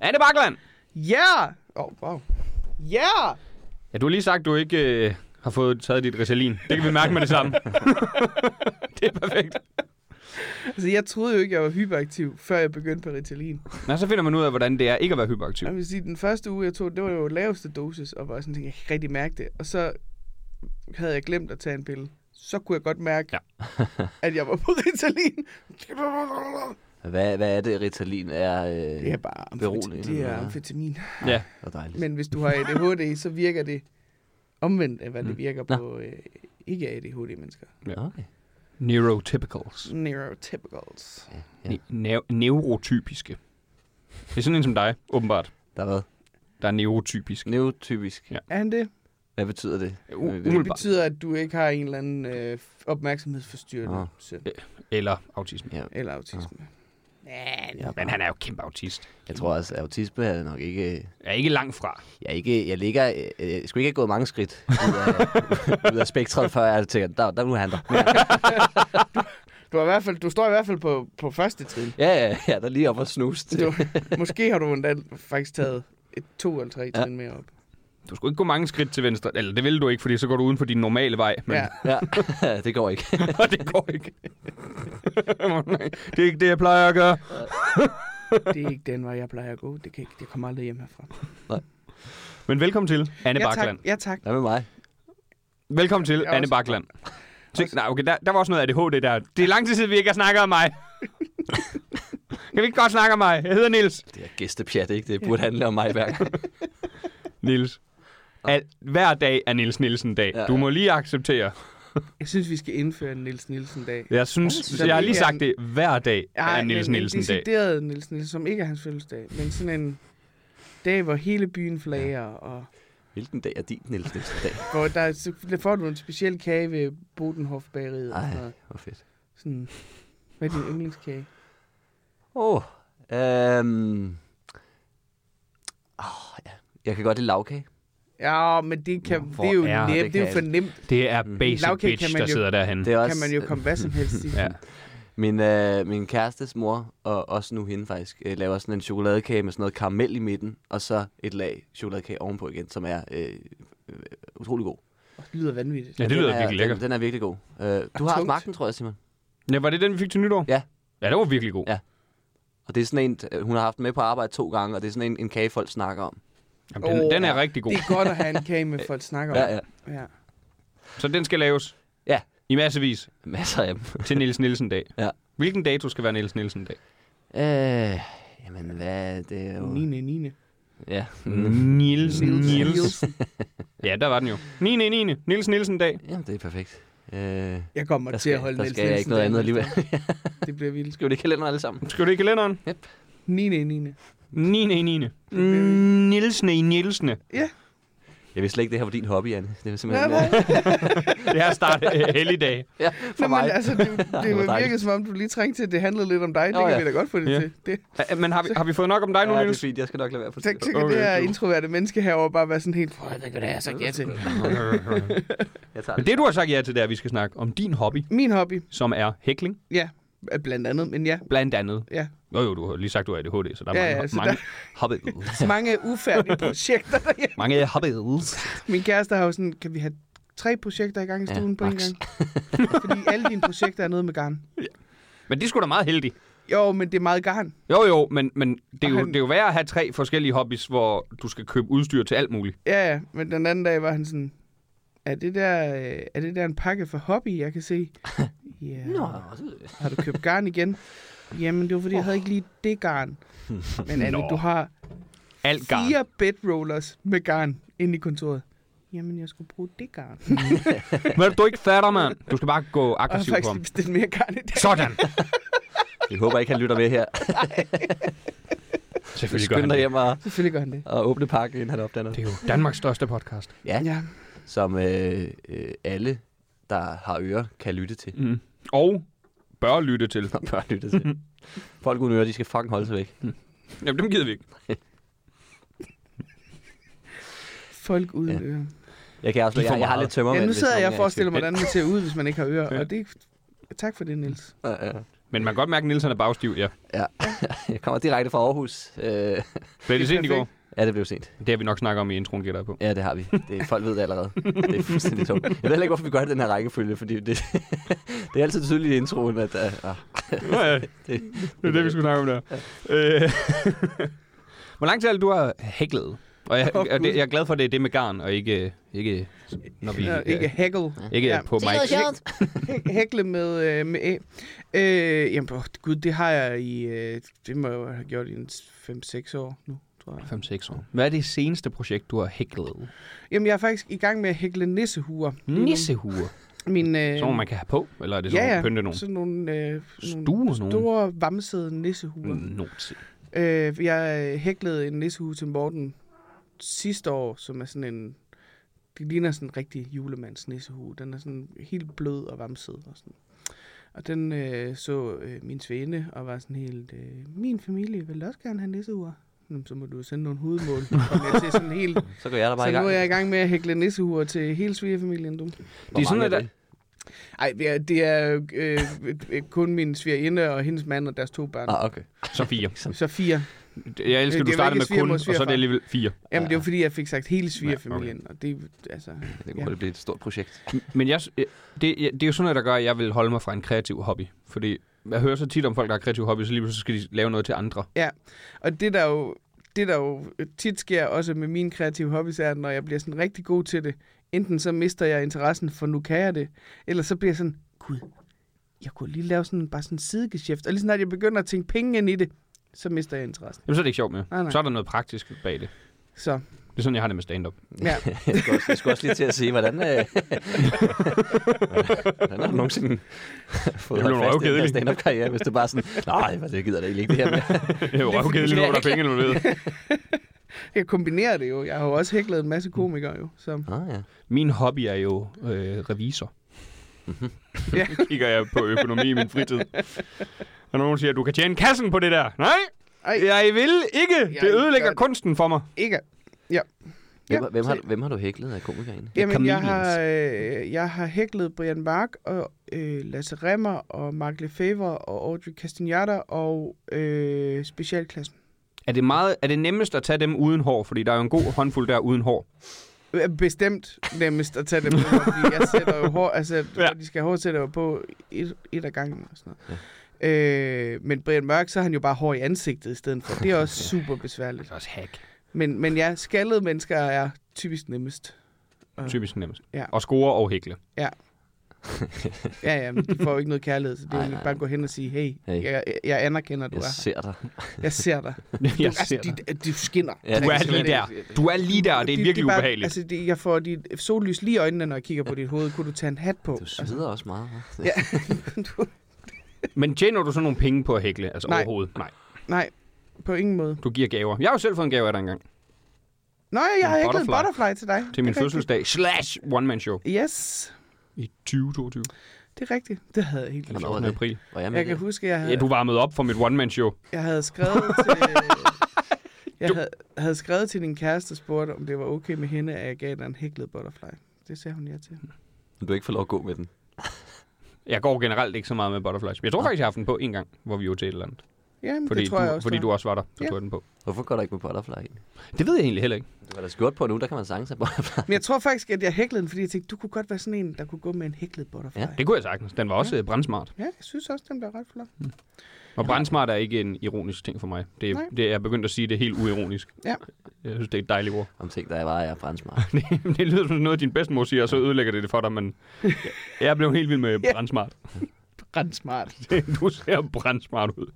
S1: Anne Bakland!
S4: Ja! Åh, oh, wow. Ja!
S1: Ja, du har lige sagt, du ikke øh, har fået taget dit Ritalin. Det kan vi mærke med det samme. det er perfekt.
S4: Altså, jeg troede jo ikke, jeg var hyperaktiv, før jeg begyndte på Ritalin.
S1: Nå, så finder man ud af, hvordan det er ikke at være hyperaktiv.
S4: Jeg vil sige, den første uge, jeg tog, det var jo laveste dosis, og var sådan, jeg kan ikke rigtig mærke det. Og så havde jeg glemt at tage en pille. Så kunne jeg godt mærke,
S1: Ja.
S4: ja. at jeg var på Ritalin.
S2: Hvad, hvad er det, Ritalin er? Øh,
S4: Det er bare amfetamin.
S2: Beroligende,
S4: Det er
S2: ja.
S4: amfetamin.
S1: Ja.
S2: Hvor dejligt.
S4: Men hvis du har ADHD, så virker det omvendt af, hvad det virker
S2: Mm. Nå.
S4: på øh, ikke-ADHD-mennesker.
S2: Okay.
S1: Neurotypicals.
S4: Neurotypicals.
S2: Ja, ja.
S1: Ne- nev- neurotypiske. Det er sådan en som dig, åbenbart,
S2: Der er hvad?
S1: der er neurotypisk.
S2: Neurotypisk.
S4: Er han det?
S2: Hvad betyder det?
S1: U-
S2: Øh,
S4: Det
S1: umiddelbart.
S4: betyder, at du ikke har en eller anden øh, opmærksomhedsforstyrrelse
S1: Ah. Eller autisme.
S2: Ja.
S4: eller autisme.
S1: Ah.
S4: Ja,
S2: Ja.
S1: Men han er jo kæmpe autist.
S2: Jeg tror også, at autisme er nok ikke...
S1: Jeg er ikke langt fra.
S2: Jeg, er ikke, jeg ligger... øh, øh, Jeg skulle ikke have gået mange skridt ud af, ud af spektret, før jeg tænker, der, der nu er han der.
S4: Du, er i hvert fald, du står i hvert fald på, på første trin.
S2: Ja, ja, ja, der er lige op og snust.
S4: Du, måske har du endda faktisk taget et to eller tre
S2: Ja.
S4: trin mere op.
S1: Du skulle ikke gå mange skridt til venstre. Eller det ville du ikke, fordi så går du uden for din normale vej. Men
S4: Ja.
S2: Ja, det går ikke.
S1: Og det går ikke. det er ikke det, jeg plejer at gøre.
S4: Det er ikke den vej, jeg plejer at gå. Det, kan ikke, det kommer aldrig hjem herfra.
S1: Men velkommen til, Anne
S4: ja,
S1: Bakland.
S4: tak. Ja, tak.
S2: Hvad med mig?
S1: Velkommen til,
S4: Jeg er
S1: Anne
S4: også-
S1: Bakland. Se, nej, okay, der, der var også noget ADHD der. Det er lang tid siden, vi ikke har snakket om mig. kan vi ikke godt snakke om mig? Jeg hedder Nils.
S2: Det er gæstepjat, ikke? Det burde handle om mig hver gang.
S1: Nils. Al, hver dag er Nils Nielsen-dag.
S2: Ja,
S1: Du
S2: ja.
S1: må lige acceptere.
S4: Jeg synes, vi skal indføre en Nils Nielsen-dag.
S1: Jeg synes,
S4: Så
S1: jeg har
S4: det
S1: lige
S4: er-
S1: sagt det. Hver dag er
S4: Ej,
S1: Nils
S4: men en
S1: Nielsen-dag.
S4: decideret Nils Nielsen, som ikke er hans fødselsdag, men sådan en dag, hvor hele byen flager, og
S2: Hvilken dag er din, Niels Nielsen dag?
S4: hvor der, så- der får du en speciel kage ved Bodenhof-bageriet. og
S2: Ej,
S4: sådan noget.
S2: hvor fedt.
S4: Sådan, hvad er din yndlingskage?
S2: Åh, oh, øhm... Oh, ja. Jeg kan godt lide lavkage.
S4: Ja, men det, kan,
S1: Nå,
S4: det
S1: hvor
S4: er jo
S1: er-
S4: nemt,
S2: det
S4: det, det er jo
S2: kan
S4: for nemt.
S1: Det er
S2: Mm.
S1: basic
S4: Lagkage kan
S1: bitch,
S4: man
S1: der
S4: jo-
S1: sidder derhen.
S2: Det er også...
S4: Kan man jo komme hvad som helst i.
S1: Ja.
S2: Min, øh, min kærestes mor, og også nu hende faktisk, øh, laver sådan en chokoladekage med sådan noget karamel i midten, og så et lag chokoladekage ovenpå igen, som er øh, øh, utrolig god.
S4: Åh, Det lyder vanvittigt.
S1: Ja, det
S2: Den
S1: lyder
S2: er,
S1: virkelig
S2: den-
S1: lækkert.
S2: Den er virkelig god. Øh, du har
S4: tungt.
S2: smagt den, tror jeg, Simon.
S1: Ja, var det den, vi fik til nytår?
S2: Ja.
S1: Ja, det var virkelig god.
S2: Ja. Og det er sådan en, øh, hun har haft med på arbejde to gange, og det er sådan en, en kage, folk snakker om.
S1: Jamen, den,
S4: Åh,
S1: den er
S4: ja.
S1: rigtig god.
S4: Det er godt at have en kage med folk snakker om.
S2: Ja, ja.
S4: ja.
S1: Så den skal laves
S2: Ja.
S1: i massevis
S2: Masser af dem.
S1: til Nils Nielsen-dag.
S2: Ja.
S1: Hvilken dato skal være Nils Nielsen-dag?
S2: Øh, jamen, hvad er det er jo...
S4: 9. 9.
S2: Ja. Mm.
S1: Nils,
S4: Niels.
S1: Niels. Ja, der var den jo. 9. 9. Nils Nielsen-dag.
S2: Jamen, det er perfekt. Øh,
S4: Jeg kommer
S2: der
S4: til at
S2: skal,
S4: holde
S2: der
S4: Niels
S2: skal jeg ikke
S4: Nielsen
S2: noget
S4: der.
S2: andet alligevel.
S4: Det bliver vildt.
S2: Skal vi det i kalenderen alle sammen?
S1: Skal du i kalenderen?
S4: 9. 9.
S1: 9. 9.
S4: bliver-
S1: Nielsene i Nielsene.
S2: Jeg vidste slet ikke, det her var din hobby, Anne. Det er
S4: Nej,
S2: simpelthen...
S4: nej.
S1: Det her starter helligdag.
S2: Ja, for
S4: Nå,
S2: mig.
S4: men altså, det, det
S2: var
S4: var
S2: dejligt.
S4: virkede som om, du lige trængte til, at det handlede lidt om dig. Det
S2: Nå,
S4: kan
S2: ja.
S4: vi da godt få det
S1: Ja.
S4: til. Det,
S1: Ja, øh, Men har vi, har vi fået nok om dig nu,
S2: Ja, det er
S1: Niels?
S2: fint. Jeg skal nok lade være på
S4: så, så kan
S1: Okay,
S4: det her
S1: cool.
S4: introverte menneske herovre bare være sådan helt... "Prøv, Jeg ved ikke, hvad det er, jeg sagde ja til.
S2: Jeg tager
S1: Men det, du har sagt ja til, det er, at vi skal snakke om din hobby,
S4: Min hobby,
S1: som er hækling,
S4: ja, er blandt andet, men ja.
S1: blandt andet.
S4: Ja.
S1: Jo, jo, du har lige sagt, du er ADHD, så der er
S4: Ja,
S1: mange,
S4: ja, så
S1: mange,
S4: der-
S1: hobby,
S4: Så mange ufærdige projekter derhjemme.
S1: mange hobbies.
S4: Min kæreste har jo sådan, kan vi have tre projekter i gang i
S2: Ja,
S4: stuen ja, på en
S2: max.
S4: gang. Fordi alle dine projekter er noget med garn.
S1: Men det er sgu da meget heldigt.
S4: Jo, men det er meget garn.
S1: Jo, jo, men, men det, er jo,
S4: Og han-
S1: det er jo værd at have tre forskellige hobbies, hvor du skal købe udstyr til alt muligt.
S4: Ja, ja, men den anden dag var han sådan, er det der, øh, er det der en pakke for hobby, jeg kan se? Ja.
S2: Nå,
S4: Har du købt garn igen? Jamen, det var fordi, jeg havde ikke lige det garn. Men Anne,
S1: Nå.
S4: du har
S1: Alt garn.
S4: fire bedrollers med garn inde i kontoret. Jamen, jeg skulle bruge det garn.
S1: Men du ikke fatter, mand. Du skal bare gå
S4: Og jeg har
S1: aggressivt på
S4: faktisk
S1: ham.
S4: lige bestilt mere garn i dag.
S1: Sådan!
S2: jeg håber ikke, han lytter med her.
S1: Selvfølgelig gør
S2: Skynd
S1: han
S2: dig
S1: det.
S2: hjem og,
S4: Selvfølgelig gør han det.
S2: og åbne pakken, inden han opdager noget.
S1: Det er jo Danmarks største podcast.
S2: Ja,
S4: Ja,
S2: som øh, øh, alle, der har ører, kan lytte til.
S1: Mm. Og bør lytte til.
S2: Og bør lytte til. Folk uden ører, de skal fucking holde sig væk.
S1: Jamen, dem gider vi ikke.
S4: folk uden
S2: Ja.
S4: ja. ører.
S2: Jeg kan også,
S1: De får
S2: jeg, jeg har
S1: meget.
S2: lidt tømmermænd.
S4: Ja, nu
S2: hvis
S4: sidder
S2: nogen
S4: jeg og
S2: er i
S4: forestiller mig,
S2: tvivl.
S4: hvordan man ser ud, hvis man ikke har
S1: Ja.
S4: ører. Og det, tak for det, Niels.
S2: Ja, ja.
S1: Men man kan godt mærke, at Nielsen er bagstiv, ja.
S2: Jeg kommer direkte fra Aarhus. Øh,
S1: Blev det sent i går?
S2: ja, det blev sent.
S1: Det har vi nok snakket om i introen, gætter jeg på.
S2: Ja, det har vi. Det, folk ved det allerede. Det er fuldstændig tungt. Jeg ved heller ikke, hvorfor vi gør det i den her rækkefølge, fordi det, det er altid tydeligt i introen, at... Uh, uh,
S1: Ja, ja.
S2: det,
S1: Det er det, vi skulle snakke om der. Øh, Hvor lang tid er det, du har hæklet? Og jeg,
S4: Åh,
S1: og
S4: Gud.
S1: det, jeg er glad for, at det er det med garn, og ikke, ikke når vi... øh,
S4: Ja, ikke haggle.
S1: ikke
S4: Ja.
S1: på mig.
S4: Hæk- Hækle med, øh, med æ. Øh, jamen, åh, gud, det har jeg i... Øh, det må jeg jo have gjort i en 5-6 år nu, tror jeg.
S1: 5-6 år. Hvad er det seneste projekt, du har hæklet?
S4: Jamen, jeg er faktisk i gang med at hækle nissehuer. lige
S1: Mm.
S4: nu.
S1: Nissehuer.
S4: Min, øh,
S1: Sådan nogle, man kan have på? Eller er det sådan
S4: ja,
S1: nogle
S4: ja,
S1: pynte nogen?
S4: sådan nogle, øh, nogle
S1: Stue nogen?
S4: store, vamsede nissehuer. Mm.
S1: Note.
S4: Øh, jeg øh, hæklede en nissehue til Morten sidste år, som er sådan en... Det ligner sådan en rigtig julemands nissehue. Den er sådan helt blød og vamset og sådan. Og den øh, så øh, min svende og var sådan helt... Øh, min familie vil også gerne have nissehuer. Jamen, så må du sende nogle hovedmål. Kom jeg til sådan helt...
S2: så går jeg der bare
S4: Så
S2: i
S4: nu
S2: gang.
S4: er jeg i gang med at hækle nissehuer til hele svigerfamilien, du.
S2: Hvor
S1: Det er sådan,
S2: mange
S1: at
S2: det?
S4: Ej, det er, det er øh, øh, kun min svigerinde og hendes mand og deres to børn.
S2: Ah, okay.
S1: Så fire.
S2: Ah.
S4: Så fire.
S1: Jeg elsker, at
S4: Det
S1: du
S4: er
S1: starter
S4: ikke
S1: med kun, og
S4: svigermor og
S1: så er det
S4: svigerfar.
S1: alligevel fire.
S4: Jamen, det
S2: Ja.
S4: er jo fordi, jeg fik sagt hele svigerfamilien, og det altså...
S2: Det kunne
S4: Ja.
S2: hurtigt blive et stort projekt.
S1: Men jeg, det, det er jo sådan noget, der gør, at jeg vil holde mig fra en kreativ hobby. Fordi jeg hører så tit om folk, der har kreative hobby, så lige pludselig skal de lave noget til andre.
S4: Og det der jo, det der jo tit sker også med mine kreative hobbies, er, at når jeg bliver sådan rigtig god til det, enten så mister jeg interessen, for nu kan jeg det, eller så bliver jeg sådan, gud, jeg kunne lige lave sådan bare sådan en sidegeschæft. Og lige snart jeg begynder at tænke penge ind i det, så mister jeg interessen.
S1: Jamen, så er det ikke sjovt mere.
S4: Nej, nej.
S1: Så er der noget praktisk bag det.
S4: Så
S1: Det er sådan, jeg har det med stand-up.
S4: ja,
S2: jeg, skulle også, jeg skulle også lige til at sige, hvordan... Øh, hvordan har du nogensinde fået
S1: Det blev
S2: holdt fast i den her
S1: røvkedeligt.
S2: stand-up-karriere, hvis du bare sådan... Nej, hvad det gider da egentlig ikke det her med.
S1: Det er jo røvkedeligt, når der er penge involveret.
S4: jeg kombinerer det jo. Jeg har jo også hæklet en masse komikere jo. Så.
S2: Ah, ja.
S1: Min hobby er jo øh, revisor.
S4: Ja.
S1: Mhm. Nu kigger jeg på økonomi i min fritid. Og nogen siger, du kan tjene kassen på det der. Nej,
S4: Ej,
S1: jeg vil ikke.
S4: Jeg
S1: Det ødelægger
S4: gør det.
S1: kunsten for mig.
S4: ikke.
S2: Hvem,
S4: Ja,
S2: hvem, har,
S4: se.
S2: hvem har du hæklet af komikere egentlig?
S4: Jamen, jeg har,
S1: Chameleons.
S4: øh, jeg har hæklet Brian Mark og øh, Lasse Remmer og Mark Lefebvre og Audrey Castagnata og øh, specialklassen.
S1: Er det, meget, er det nemmest at tage dem uden hår? Fordi der er jo en god håndfuld der uden hår.
S4: Øh, Bestemt nemmest at tage dem med, fordi jeg sætter jo hår, altså,
S1: Ja.
S4: ja. de skal have hårsætter jo på et, et af gangen og sådan noget. Ja. Øh, men Brian Mørk, så har han jo bare hår i ansigtet i stedet for. Det er også super besværligt.
S1: er også hack.
S4: Men, men ja, skaldede mennesker er typisk nemmest. Og-
S1: Typisk nemmest.
S4: Ja.
S1: Og score og hækle.
S4: Ja, ja, men de får jo ikke noget kærlighed, så det er
S2: Nej,
S4: jo
S2: nej.
S4: bare at gå hen og sige, hey,
S2: Hey.
S4: hey. Jeg, jeg anerkender, du
S2: Jeg
S4: er
S2: ser dig.
S4: her. Jeg ser dig.
S1: Jeg
S4: du,
S1: ser dig.
S4: altså, de, de skinner. Altså,
S1: Du er
S2: Ja, det kan
S1: lige
S2: slet
S1: der.
S2: ikke-
S1: Du er lige der, og det er
S4: De-
S1: virkelig
S4: de bare-
S1: ubehageligt.
S4: Altså, de, jeg får dit sollys lige i øjnene, når jeg kigger på dit hoved. Kunne du tage en hat på?
S2: Du
S4: Altså,
S2: sveder også meget. hva'?
S4: ja, du,
S1: Men tjener du så nogle penge på at hækle? Altså
S4: altså- Nej.
S1: overhovedet? Nej.
S4: nej, på ingen måde.
S1: Du giver gaver. Jeg har jo selv fået en gave af dig engang.
S4: Nå, ja, jeg har
S1: En
S4: ikke en
S1: butterfly.
S4: butterfly til dig.
S1: Til min
S4: Det er rigtigt.
S1: fødselsdag. Slash one-man-show.
S4: Yes,
S1: I 2022.
S4: det er rigtigt. Det havde jeg helt
S2: Hvornår
S4: vildt.
S2: var
S1: 14.
S2: det?
S1: april.
S2: Var jeg med
S4: Jeg
S2: der?
S4: kan huske, jeg havde,
S1: Ja, du varmede op for mit one-man-show.
S4: jeg havde skrevet til... Jeg havde, havde skrevet til din kæreste og spurgt, om det var okay med hende, at jeg gav dig en hæklet butterfly. Det sagde hun ja til.
S2: Du har ikke fået lov at gå med den.
S1: Jeg går generelt ikke så meget med butterflies. Men Jeg tror faktisk, jeg har haft den på en gang, hvor vi var til et eller andet.
S4: Ja, men
S1: Fordi,
S4: det tror
S1: du,
S4: jeg også.
S1: fordi
S4: der
S1: du også var der, så
S4: Ja.
S1: ja. tog jeg den på.
S2: Hvorfor går der ikke med butterfly ind?
S1: Det ved jeg egentlig heller ikke.
S2: Du har da skjort på nu, der kan man sange sig butterfly.
S4: er. Men jeg tror faktisk, at jeg hæklede den, fordi jeg tænkte, du kunne godt være sådan en, der kunne gå med en hæklet butterfly.
S2: Ja.
S4: Ja,
S1: Det kunne jeg sagtens. Den var også ja. brandsmart.
S4: ja jeg synes også, den blev ret flot.
S1: Og brandsmart er ikke en ironisk ting for mig. Det er,
S4: Nej.
S1: det, er- jeg er begyndt at sige det helt uironisk.
S4: Ja.
S1: Jeg synes, det er et dejligt ord.
S2: Om ting, der er bare er brandsmart.
S1: det, det lyder som sådan noget, din bedstemor siger, og så ødelægger det det for dig, men jeg blev helt vild med
S4: Ja.
S1: brandsmart.
S4: Ret smart.
S1: du ser brandsmart ud.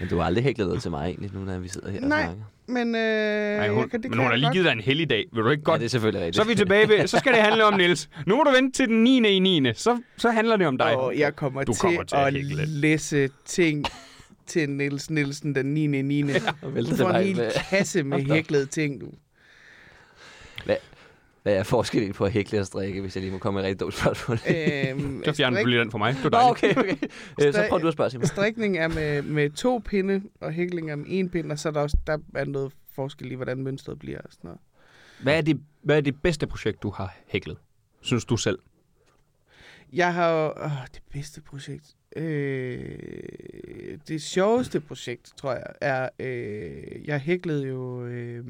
S2: Men du har aldrig hæklet noget til mig egentlig, nu når vi sidder her
S4: Nej.
S2: og snakker.
S4: Men, øh,
S1: Ej, hun,
S4: jeg kan, det
S1: men hun
S4: kan
S1: har
S4: jeg
S1: lige
S4: godt.
S1: givet dig en heldig dag. Vil du ikke
S2: Ja,
S1: godt?
S2: det er selvfølgelig rigtigt.
S1: så er vi tilbage ved, så skal det handle om Nils. Nu må du vente til den 9. i 9. Så, så handler det om dig.
S4: Og jeg kommer,
S1: Du
S4: til,
S1: kommer til at
S4: at
S1: hækle.
S4: læse ting til Niels Nielsen den 9. 9. Ja,
S2: og vælte
S4: du
S2: det
S4: får
S2: bare
S4: en hel
S2: med-
S4: kasse med hæklede ting, du.
S2: Hvad er forskellen på at hækle og strikke, hvis jeg lige må komme med et rigtig dumt spørgsmål?
S4: Øhm,
S1: Så fjerner du
S4: strik-
S1: lige den for mig. Det var
S2: Nå,
S1: dejligt.
S2: okay, okay. Øh, så
S4: Strik-
S2: prøv du at spørge, Simon.
S4: Strikning er med, med to pinde, og hækling er med en pinde, og så er der også der er noget forskel i, hvordan mønstret bliver og sådan noget.
S1: Hvad er, det, hvad er det bedste projekt, du har hæklet? Synes du selv?
S4: Jeg har jo... Åh, det bedste projekt. Øh, det sjoveste projekt, tror jeg, er... Øh, jeg hæklede jo... Øh,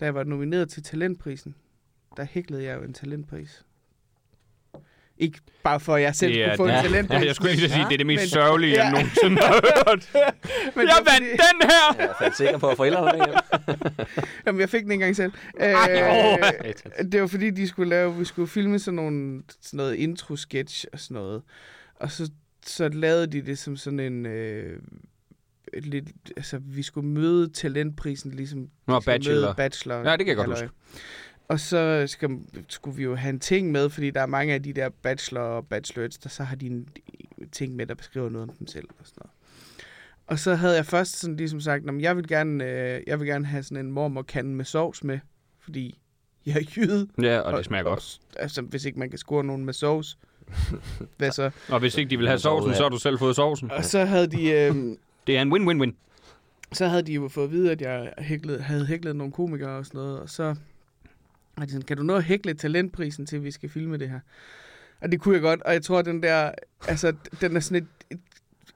S4: da jeg var nomineret til talentprisen, der hæklede jeg jo en talentpris. Ikke bare for, at jeg selv
S1: Det er-
S4: skulle få en
S1: det-
S4: talentpris.
S1: Ja, jeg skulle lige sige, det er det mest
S4: Men-
S1: sørgelige, jeg
S4: Ja.
S1: nogensinde har hørt.
S4: men
S1: Jeg
S4: det var
S1: vandt
S4: fordi-
S1: den her!
S2: Jeg er faktisk sikker på at forældre med hjem.
S4: Jamen, jeg fik den ikke engang selv.
S1: åh.
S4: øh, det var fordi, de skulle lave, vi skulle filme sådan, nogle, sådan noget intro-sketch og sådan noget. Og så, så lavede de det som sådan en... Øh, et lidt, altså, vi skulle møde talentprisen, ligesom
S1: Nå,
S4: skal
S1: bachelor.
S4: Møde bachelor.
S1: Ja, det kan jeg godt
S4: halløj. Og så skal, skulle vi jo have en ting med, fordi der er mange af de der bachelor og bachelorettes, der så har de en ting med, der beskriver noget om dem selv og sådan noget. Og så havde jeg først sådan ligesom sagt, "Nå, men jeg vil gerne, øh, jeg vil gerne have sådan en mormorkande med sovs med, fordi jeg er jyde.
S1: Ja, og det smager godt.
S4: Altså, hvis ikke man kan score nogen med sovs, hvad så?
S1: Og hvis ikke de vil have sovsen, så har du selv fået sovsen.
S4: Og så havde de, øh,
S1: Det er en win-win-win.
S4: så havde de jo fået at vide, at jeg hæklede, havde hæklet nogle komikere og sådan noget, og så var de sådan, kan du nå at hækle talentprisen til, vi skal filme det her? Og det kunne jeg godt, og jeg tror, at den der, altså, den er sådan et, et,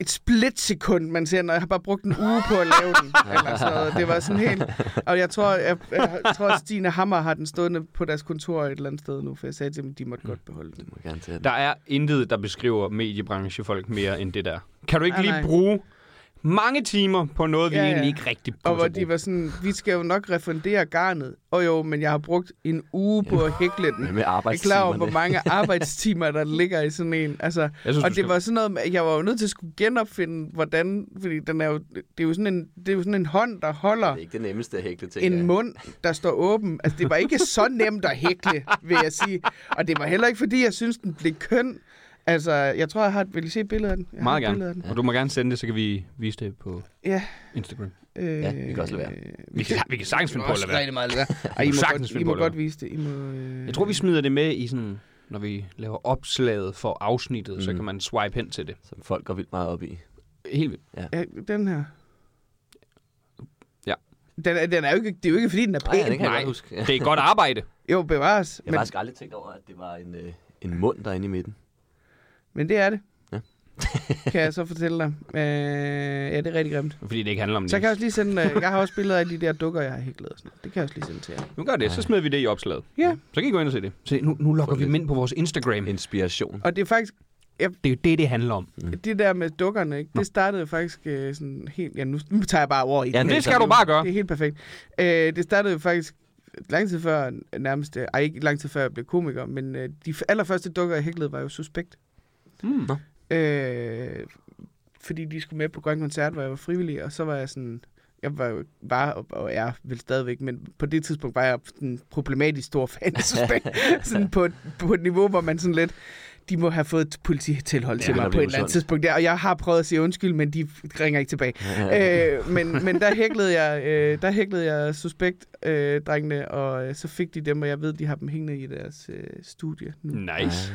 S4: et splitsekund, man ser, når jeg har bare brugt en uge på at lave den, eller sådan noget. altså, Det var sådan helt, og jeg tror, jeg, jeg tror, Stine Hammer har den stående på deres kontor et eller andet sted nu, for jeg sagde til dem, at de måtte godt beholde den.
S2: Du må gerne tage den.
S1: Der er intet, der beskriver mediebranchefolk mere end det der. Kan du ikke
S4: Nej,
S1: lige
S4: nej.
S1: bruge mange timer på noget, vi
S4: Ja, ja.
S1: egentlig ikke rigtig
S4: Og hvor
S1: burde bruge?
S4: de var sådan, vi skal jo nok refundere garnet. Og jo, men jeg har brugt en uge på at hækle den.
S2: Hvad med
S4: Jeg er klar over,
S2: arbejdstimerne?
S4: hvor mange arbejdstimer, der ligger i sådan en. Altså,
S1: Jeg synes,
S4: og
S1: du
S4: det
S1: skal-
S4: var sådan noget, med, at jeg var jo nødt til at skulle genopfinde, hvordan... Fordi den er jo, det, er jo sådan en, det er jo sådan en hånd, der holder
S2: Det er ikke det nemmeste at hækle ting.
S4: en mund, der står åben. Altså, det var ikke så nemt at hækle, vil jeg sige. Og det var heller ikke, fordi jeg synes, den blev køn. Altså, jeg tror, jeg har et... Vil I se et billede af den? Jeg har
S1: Meget
S4: et billede af den.
S1: gerne. Og du må gerne sende det, så kan vi vise det på
S4: Ja.
S1: Instagram.
S4: Øh,
S2: Ja, vi kan også lade være.
S1: Vi kan, vi kan sagtens finde på at lade være.
S4: meget lade være. Ej, I
S1: Du
S4: må,
S1: sagtens
S4: godt,
S1: finde
S4: I
S1: på
S4: må
S1: at lade
S4: godt vise det. I må, øh...
S1: Jeg tror, vi smider det med i sådan, når vi laver opslaget for afsnittet, så
S2: Mm.
S1: kan man swipe hen til det.
S2: Som folk går vildt meget op i.
S1: Helt vildt.
S4: Ja, Øh, den her.
S1: Ja.
S4: Den, er- den er jo ikke, det er jo ikke, fordi den er
S2: Nej, ja,
S4: pæn.
S2: det kan jeg
S1: nej.
S2: godt huske. Ja.
S1: Det er godt arbejde.
S4: Jo, bevares.
S2: Jeg har faktisk aldrig tænkt over, at det var en, øh, en mund derinde i midten.
S4: Men det er det.
S2: Ja.
S4: kan jeg så fortælle dig. Øh, ja, det er rigtig grimt.
S1: Fordi det ikke handler om
S4: Så kan jeg
S1: Niels.
S4: også lige sende... øh, Jeg har også billeder af de der dukker, jeg har hæklet og sådan noget. Det kan jeg også lige sende til jer.
S1: Nu gør det, så smider vi det i opslaget.
S4: Ja,
S1: Så kan I gå ind og se det. Se, nu, nu logger
S2: Få
S1: vi
S2: lidt.
S1: dem ind på vores
S4: Mm.
S1: Instagram.
S2: Inspiration.
S4: og det er faktisk...
S1: Det er jo det, det handler om.
S4: Det der med dukkerne, ikke? det startede faktisk øh, sådan helt... Ja, nu, nu tager jeg bare over i
S2: Ja,
S1: Men det
S2: så-
S1: skal du bare gøre.
S4: Det er helt perfekt. Øh, det startede jo faktisk lang tid før, nærmest... øh, Ej, ikke lang tid før jeg blev komiker, men øh, de f- allerførste dukker, jeg hæklede, var jo suspekt.
S1: Mm.
S4: Øh, fordi de skulle med på Grøn Koncert, hvor jeg var frivillig, og så var jeg sådan... Jeg var, jo- var og, og er vel stadigvæk, men på det tidspunkt var jeg en problematisk stor fan af Suspekt. sådan på, et- på et niveau, hvor man sådan lidt... De må have fået et polititilhold ja,
S2: Ja,
S4: til mig
S2: der
S4: på
S2: bliver
S4: et eller andet
S2: usundt.
S4: tidspunkt der, og jeg har prøvet at sige undskyld, men de ringer ikke tilbage. øh, men, men der hæklede jeg, øh, der hæklede jeg suspekt øh, drengene, og øh, så fik de dem, og jeg ved, de har dem hængende i deres øh, studie nu.
S1: Nice.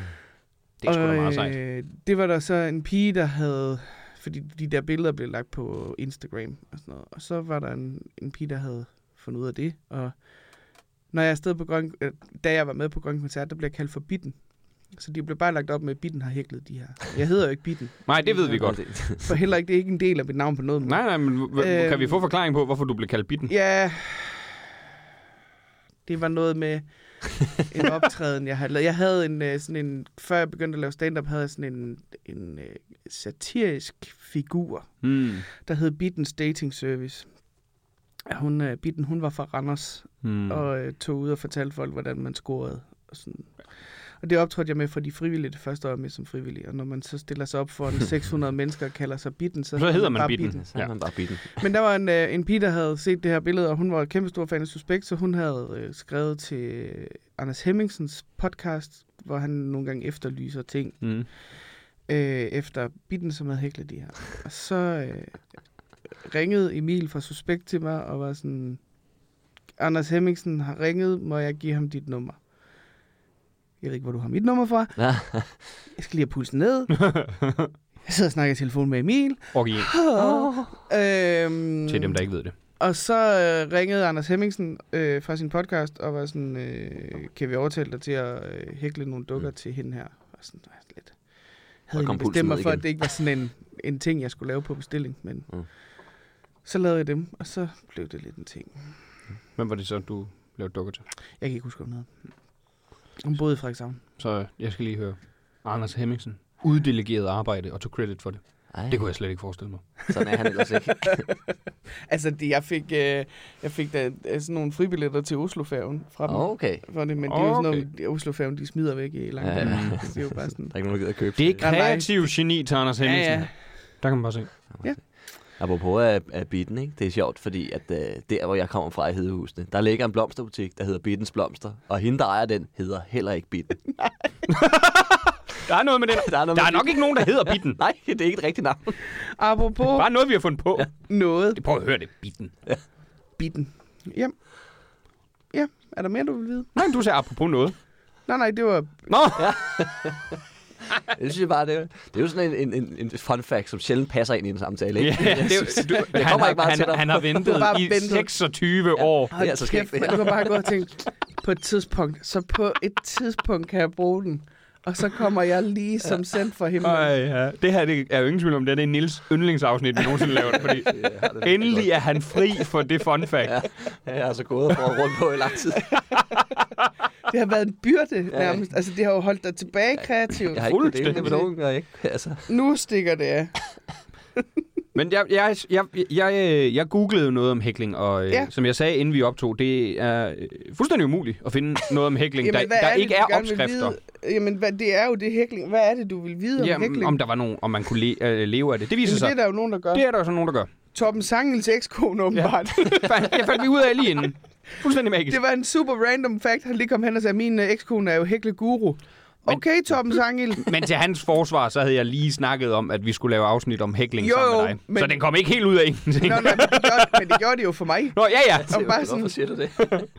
S1: Det er sgu da meget sejt.
S4: Øh, det var der så en pige, der havde... Fordi de der billeder blev lagt på Instagram og sådan noget. Og så var der en, en pige, der havde fundet ud af det. Og når jeg er afsted på grøn, øh, da jeg var med på Grøn Koncert, der blev jeg kaldt for Bitten. Så de blev bare lagt op med, at Bitten har hæklet de her. Jeg hedder jo ikke Bitten,
S1: Nej, det ved vi
S4: øh,
S1: godt.
S4: for heller ikke, det er ikke en del af mit navn på noget måde.
S1: Nej, nej, men h- h- kan vi
S4: Øhm.
S1: få forklaring på, hvorfor du blev kaldt Bitten?
S4: Ja, det var noget med en optræden, jeg havde lavet. Jeg havde en, øh, sådan en, før jeg begyndte at lave stand-up, havde jeg sådan en, en øh, satirisk figur,
S1: Mm.
S4: der hed Bittens Dating Service. Hun, øh, Bitten, hun var fra Randers
S1: Mm.
S4: mm. og øh, tog ud og fortalte folk, hvordan man scorede. Og, sådan. og det optrådte jeg med for de frivillige det første år, jeg var med som frivillig. Og når man så stiller sig op for en 600 mennesker og kalder sig Bitten, så,
S1: Så hedder man
S4: bare
S1: Bitten.
S2: Så er man bare bitten.
S4: men der var en, øh, en pige, der havde set det her billede, og hun var en kæmpe stor fan af Suspekt, så hun havde øh, skrevet til øh, Anders Hemmingsens podcast, hvor han nogle gange efterlyser ting
S1: Mm.
S4: øh, efter bitten, som havde hæklet de her. Og så øh, ringede Emil fra Suspekt til mig og var sådan, Anders Hemmingsen har ringet, må jeg give ham dit nummer? Jeg ved ikke, hvor du har mit nummer fra.
S2: Ja.
S4: Jeg skal lige have pulsen ned. Jeg sidder og snakker i telefon med Emil.
S1: Og igen,
S4: Oh. Øhm,
S1: til dem, der ikke ved det.
S4: og så øh, ringede Anders Hemmingsen øh, fra sin podcast og var sådan, øh, kan vi overtale dig til at øh, hækle nogle dukker mm. til hende her? Og sådan, var jeg lidt. Havde
S2: kom
S4: jeg
S2: pulsen
S4: bestemt mig
S2: ned
S4: for,
S2: igen.
S4: at det ikke var sådan en, en ting, jeg skulle lave på bestilling, men
S2: Mm.
S4: mm. så lavede jeg dem, og så blev det lidt en ting.
S1: Hvem var det så, du lavede dukker til?
S4: Jeg kan ikke huske, om noget. Hun boede i Frederikshavn.
S1: Så jeg skal lige høre. Anders Hemmingsen uddelegeret arbejde og tog credit for det.
S2: Ej,
S1: Det kunne jeg slet ikke forestille mig.
S2: sådan er han ellers ikke.
S4: Altså, det, jeg fik, øh, jeg fik da øh, sådan nogle fribilletter til Oslofærgen fra dem. Oh.
S2: Okay.
S4: For det, men det er jo sådan
S1: Okay.
S4: noget, Oslofærgen, de smider væk i lang
S2: Ja,
S4: tid.
S2: ja.
S4: Det er jo bare sådan...
S2: Der er ikke nogen, der gider at købe.
S1: Det er
S4: Nej, nej.
S1: kreativ geni til Anders Hemmingsen.
S4: Ja, ja.
S1: Der kan man bare se.
S2: Apropos af, af bitten, ikke? det er sjovt, fordi at, øh, der, hvor jeg kommer fra i Hedehusene, der ligger en blomsterbutik, der hedder Bittens Blomster, og hende, der ejer den, hedder heller ikke Bitten.
S1: Der er noget med den.
S2: Der er, noget
S1: Der
S2: med
S1: er nok
S2: Bitten.
S1: ikke nogen, der hedder Bitten.
S2: Nej, det er ikke et rigtigt navn.
S4: Apropos
S1: Bare noget, vi har fundet på.
S4: noget,
S1: Prøv at høre det, Bitten.
S4: bitten. Ja. Ja, er der mere, du vil vide?
S1: Nej, men du sagde apropos noget.
S4: Nej, nej, det var...
S1: Nå,
S2: Det synes jeg bare, det er, det er jo sådan en, en, en, en fun fact, som sjældent passer ind i en samtale. Ikke?
S1: Ja, det, er jo- du,
S2: Jeg
S1: han,
S2: kommer
S1: har,
S2: ikke meget
S1: han,
S2: tættere
S1: han har ventet
S4: Du har bare
S1: i
S4: ventet.
S1: 26 år.
S2: Det er altså skægt, det
S4: man.
S2: her.
S4: Du har bare gået og tænkt, på et tidspunkt, så på et tidspunkt kan jeg bruge den. Og så kommer jeg lige som sendt for himlen.
S1: Ej, ja. Det her det er jo ingen tvivl om, det er Nils yndlingsafsnit, vi nogensinde laver. Fordi
S2: Jeg har det virkelig
S1: endelig er han fri for det fun fact.
S2: Ja. godt. Jeg har altså gået og prøvet rundt på i lang tid.
S4: Det har været en byrde
S2: ja.
S4: nærmest. Altså, det har jo holdt dig tilbage kreativt.
S2: Jeg har ikke kunnet dele det
S1: Fuldstændig.
S2: med nogen. Og ikke, altså.
S4: Nu stikker det af.
S1: Men jeg, jeg, jeg, jeg, jeg, jeg googlede noget om hækling, og øh, ja.
S4: Ja.
S1: som jeg sagde, inden vi optog, det er øh, fuldstændig umuligt at finde noget om hækling, der,
S4: hvad
S1: der
S4: det,
S1: ikke
S4: du
S1: er
S4: gerne vil
S1: opskrifter.
S4: Vide? Jamen, hvad, det er jo det hækling. Hvad er det, du vil vide om
S1: Jamen,
S4: Jamen, hækling?
S1: om der var nogen, om man kunne le, øh, leve af det. Det viser
S4: Jamen, det er
S1: sig.
S4: der jo nogen, der gør.
S1: Det er der jo sådan nogen, der gør.
S4: Torben Sangels ekskone, åbenbart.
S1: Fandt- Jeg fandt vi ud af lige inden. Fuldstændig magisk.
S4: Det var en super random fact. Han lige kom hen og sagde, min øh, ekskone er jo hækle guru. Okay, Torben Sangel.
S1: Men til hans forsvar, så havde jeg lige snakket om, at vi skulle lave afsnit om hækling
S4: Jo,
S1: sammen med
S4: jo,
S1: dig. Men...
S4: men-
S1: Så den kom ikke helt ud af ingenting.
S4: Nå, nej, men, det gjorde, men det gjorde det jo for mig.
S1: Nå, ja, ja.
S4: Og bare sådan,
S2: Hvorfor siger du det?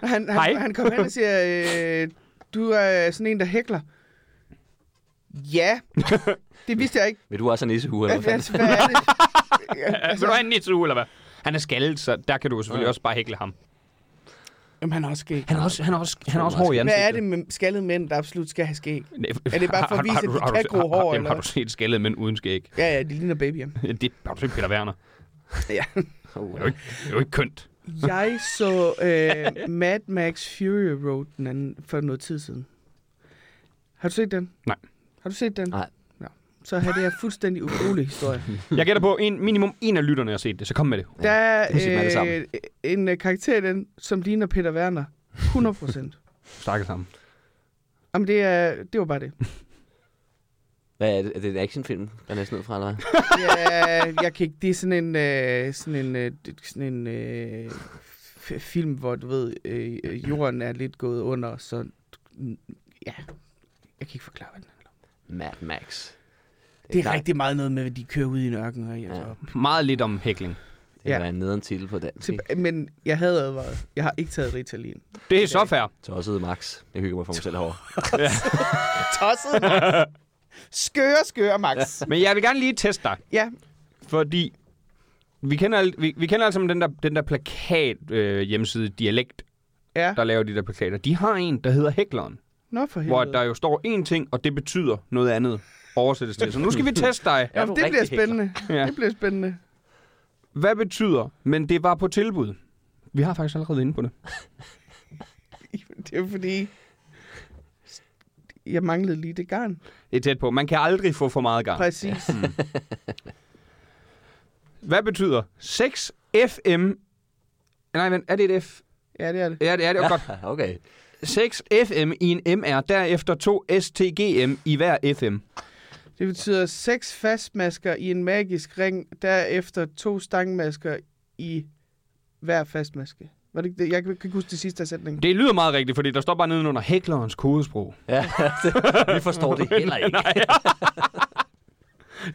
S4: han,
S1: Hej.
S4: han, han kom hen og siger, øh, du er sådan en, der hækler. Ja, det vidste jeg ikke.
S2: Vil du også have nissehue? Eller
S4: Hvad,
S2: hvad fanden?
S4: hvad, hvad er det? Ja,
S1: Altså...
S4: altså,
S1: Vil du have en nitsu, eller hvad? Han er skaldet, så der kan du jo selvfølgelig ja. også bare hækle ham.
S4: jamen, han har også skæg.
S1: Han er også, han er også, han er også hård i ansigtet.
S4: Hvad er det med skaldede mænd, der absolut skal have skæg?
S1: Er
S4: Er det bare for at vise, at de kan gro hår,
S1: har,
S4: eller
S1: har
S4: hvad?
S1: du set skaldede mænd uden skæg?
S4: Ja, ja, de ligner babyer.
S1: Det har du set Peter Werner.
S4: Ja.
S2: Uh.
S1: Det er jo ikke, det er jo ikke kønt.
S4: Jeg så øh, Mad Max Fury Road den anden, for noget tid siden. Har du set den?
S1: Nej.
S4: Har du set den?
S2: Nej.
S4: Nå. Så har det her fuldstændig utrolig historie.
S1: Jeg gætter på, en, minimum en af lytterne har set det, så kom med det.
S4: Der
S2: det må sige dem alle
S4: er
S2: sammen.
S4: øh, en øh, karakter i den, som ligner Peter Werner. 100 procent.
S1: Stakke sammen.
S4: Jamen, det, er, det var bare det.
S2: Hvad er det? Er det en actionfilm, der er næsten ud fra, eller hvad?
S4: Ja, jeg kan ikke, det er sådan en, øh, sådan en, øh, det- sådan en øh, f- film, hvor du ved, øh, jorden er lidt gået under, så ja, jeg kan ikke forklare, hvad den er.
S2: Mad Max.
S4: Det er
S2: Nej,
S4: rigtig meget noget med, at de kører ud i en ørken. Og jeg
S2: Ja.
S4: ja.
S1: Meget lidt om hækling.
S2: Det
S4: Ja.
S2: var en nederen titel på dansk. ikke?
S4: Til, men jeg havde advaret. Jeg har ikke taget Ritalin.
S1: Det er så fair.
S2: Tosset Max. Jeg hygger mig for mig selv herovre.
S4: Tosset, Max. Skøre, skøre, Max.
S1: Men jeg vil gerne lige teste dig.
S4: Ja,
S1: Fordi vi kender, al- vi, vi kender altså den der, den der plakat øh, hjemmeside Dialekt,
S4: ja.
S1: der laver de der plakater. De har en, der hedder Hækleren.
S4: Nå for
S1: hvor
S4: helvede.
S1: der jo står én ting, og det betyder noget andet oversættes til. Så nu skal vi teste dig.
S4: Jamen,
S2: du
S4: det bliver
S2: rigtig hækler?
S4: spændende.
S1: Ja.
S4: Det bliver spændende.
S1: Hvad betyder, men det var på tilbud? Vi har faktisk allerede været inde på det.
S4: Det er jo fordi, jeg manglede lige det garn.
S1: Det er tæt på. Man kan aldrig få for meget gang. Hmm.
S4: Præcis.
S1: Hvad betyder 6 FM... Nej, men er det et F?
S4: Ja, det er det.
S1: Ja, det er det jo ja. godt.
S2: Ja, okay.
S1: 6 FM i en MR, derefter 2 STGM i hver FM.
S4: Det betyder seks fastmasker i en magisk ring, derefter to stangmasker i hver fastmaske. Var det ikke det? Jeg kan ikke huske det sidste af sætningen.
S1: Det lyder meget rigtigt, fordi der står bare nedenunder hæklerens kodesprog.
S2: Ja, vi forstår det heller ikke.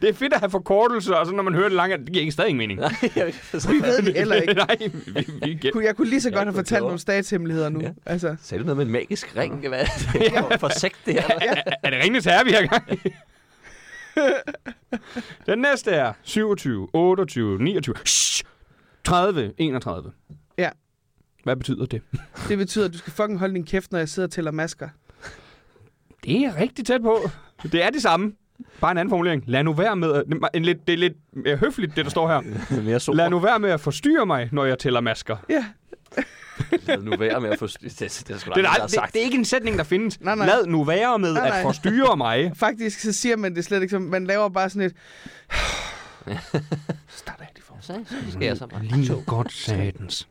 S1: Det er fedt at have forkortelser, og så når man hører det langt, det giver ikke stadig mening.
S2: Nej, jeg forstår-
S4: Vi ved det heller ikke.
S1: Nej, vi, vi gæt.
S4: Kunne- Jeg kunne lige så
S2: Jeg
S4: godt have
S2: kunne
S4: fortalt
S2: klogere.
S4: nogle statshemmeligheder nu.
S2: Ja.
S4: Altså,
S2: Sagde du noget med en magisk ring? Hvad? Det er for sekt, det her.
S1: Er, er det ringenes herre, vi har gang i? Den næste er 27, 28, 29, shh, 30, 31.
S4: Ja.
S1: Hvad betyder det?
S4: det betyder, at du skal fucking holde din kæft, når jeg sidder og tæller masker.
S1: Det er rigtig tæt på. Det er det samme. Bare en anden formulering. Lad nu være med at... En lidt, det er lidt mere høfligt, det der står her.
S2: Mere sober.
S1: Lad nu være med at forstyrre mig, når jeg tæller masker.
S4: Ja,
S2: Lad nu være med at få... Det, det, det, er sgu da
S1: Det
S2: aldrig, der
S1: er,
S2: har
S1: det, det, det er ikke en sætning, der findes.
S4: Nej, nej.
S1: Lad nu være med
S4: Nej,
S1: nej, nej.
S4: nej.
S1: at forstyrre mig.
S4: faktisk så siger man det slet ikke som, man laver bare sådan et... Start af de for.
S2: Så, så skal jeg så bare.
S1: Lige godt satans.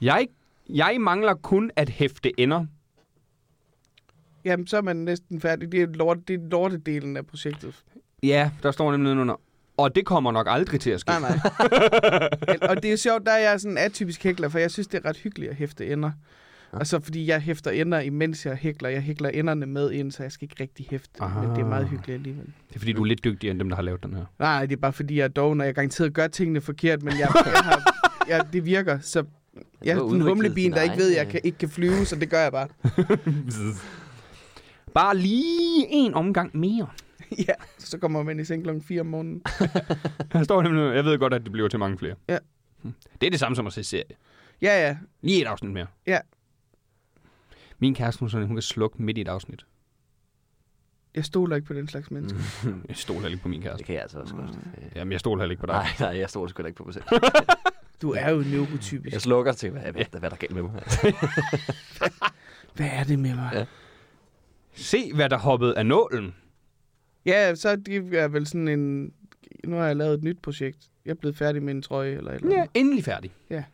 S1: Jeg, jeg mangler kun at hæfte ender.
S4: Jamen, så er man næsten færdig. Det er, lort, det er lortedelen af projektet.
S1: Ja, der står nemlig nedenunder. Og det kommer nok aldrig til at ske.
S4: Nej, nej. Ja, og det er jo sjovt, der er jeg sådan en atypisk hækler, for jeg synes, det er ret hyggeligt at hæfte ender. Og så fordi jeg hæfter ender, imens jeg hækler. Jeg hækler enderne med ind, så jeg skal ikke rigtig hæfte. Aha. Men det er meget
S1: Ah.
S4: hyggeligt alligevel.
S1: Det er fordi, du er lidt dygtigere end dem, der har lavet den her.
S4: Nej, det er bare fordi, jeg er doven, og jeg garanteret gør tingene forkert, men jeg, jeg har, jeg, det virker. Så jeg
S2: har
S4: er en
S2: udviklet
S4: humlebin,
S2: din
S4: der ikke ved, at jeg
S2: egen,
S4: kan, ikke kan flyve, så det gør jeg bare.
S1: Bare lige en omgang mere.
S4: ja, så kommer man i seng klokken 4 om morgenen.
S1: Der står nemlig, jeg ved godt, at det bliver til mange flere.
S4: Ja.
S1: Hm. Det er det samme som at se serie.
S4: Ja, ja.
S1: Lige et afsnit mere.
S4: Ja.
S1: Min kæreste, hun, er sådan, hun kan slukke midt i et afsnit.
S4: Jeg stoler ikke på den slags mennesker.
S1: Mm. Jeg stoler heller ikke på min kæreste.
S2: Det kan jeg altså også godt. Øh,
S1: Jamen, jeg stoler heller ikke på dig.
S2: Nej, nej, jeg stoler sgu da ikke på mig selv.
S4: Du er jo neurotypisk.
S2: Jeg slukker til, hvad, hvad, hvad er der er galt med mig.
S4: Hvad er det med mig?
S2: Ja.
S1: Se, hvad der hoppede af nålen.
S4: Ja, så det er vel sådan en... Nu har jeg lavet et nyt projekt. Jeg er blevet færdig med en trøje eller et eller andet.
S1: Ja. Endelig færdig.
S4: Ja.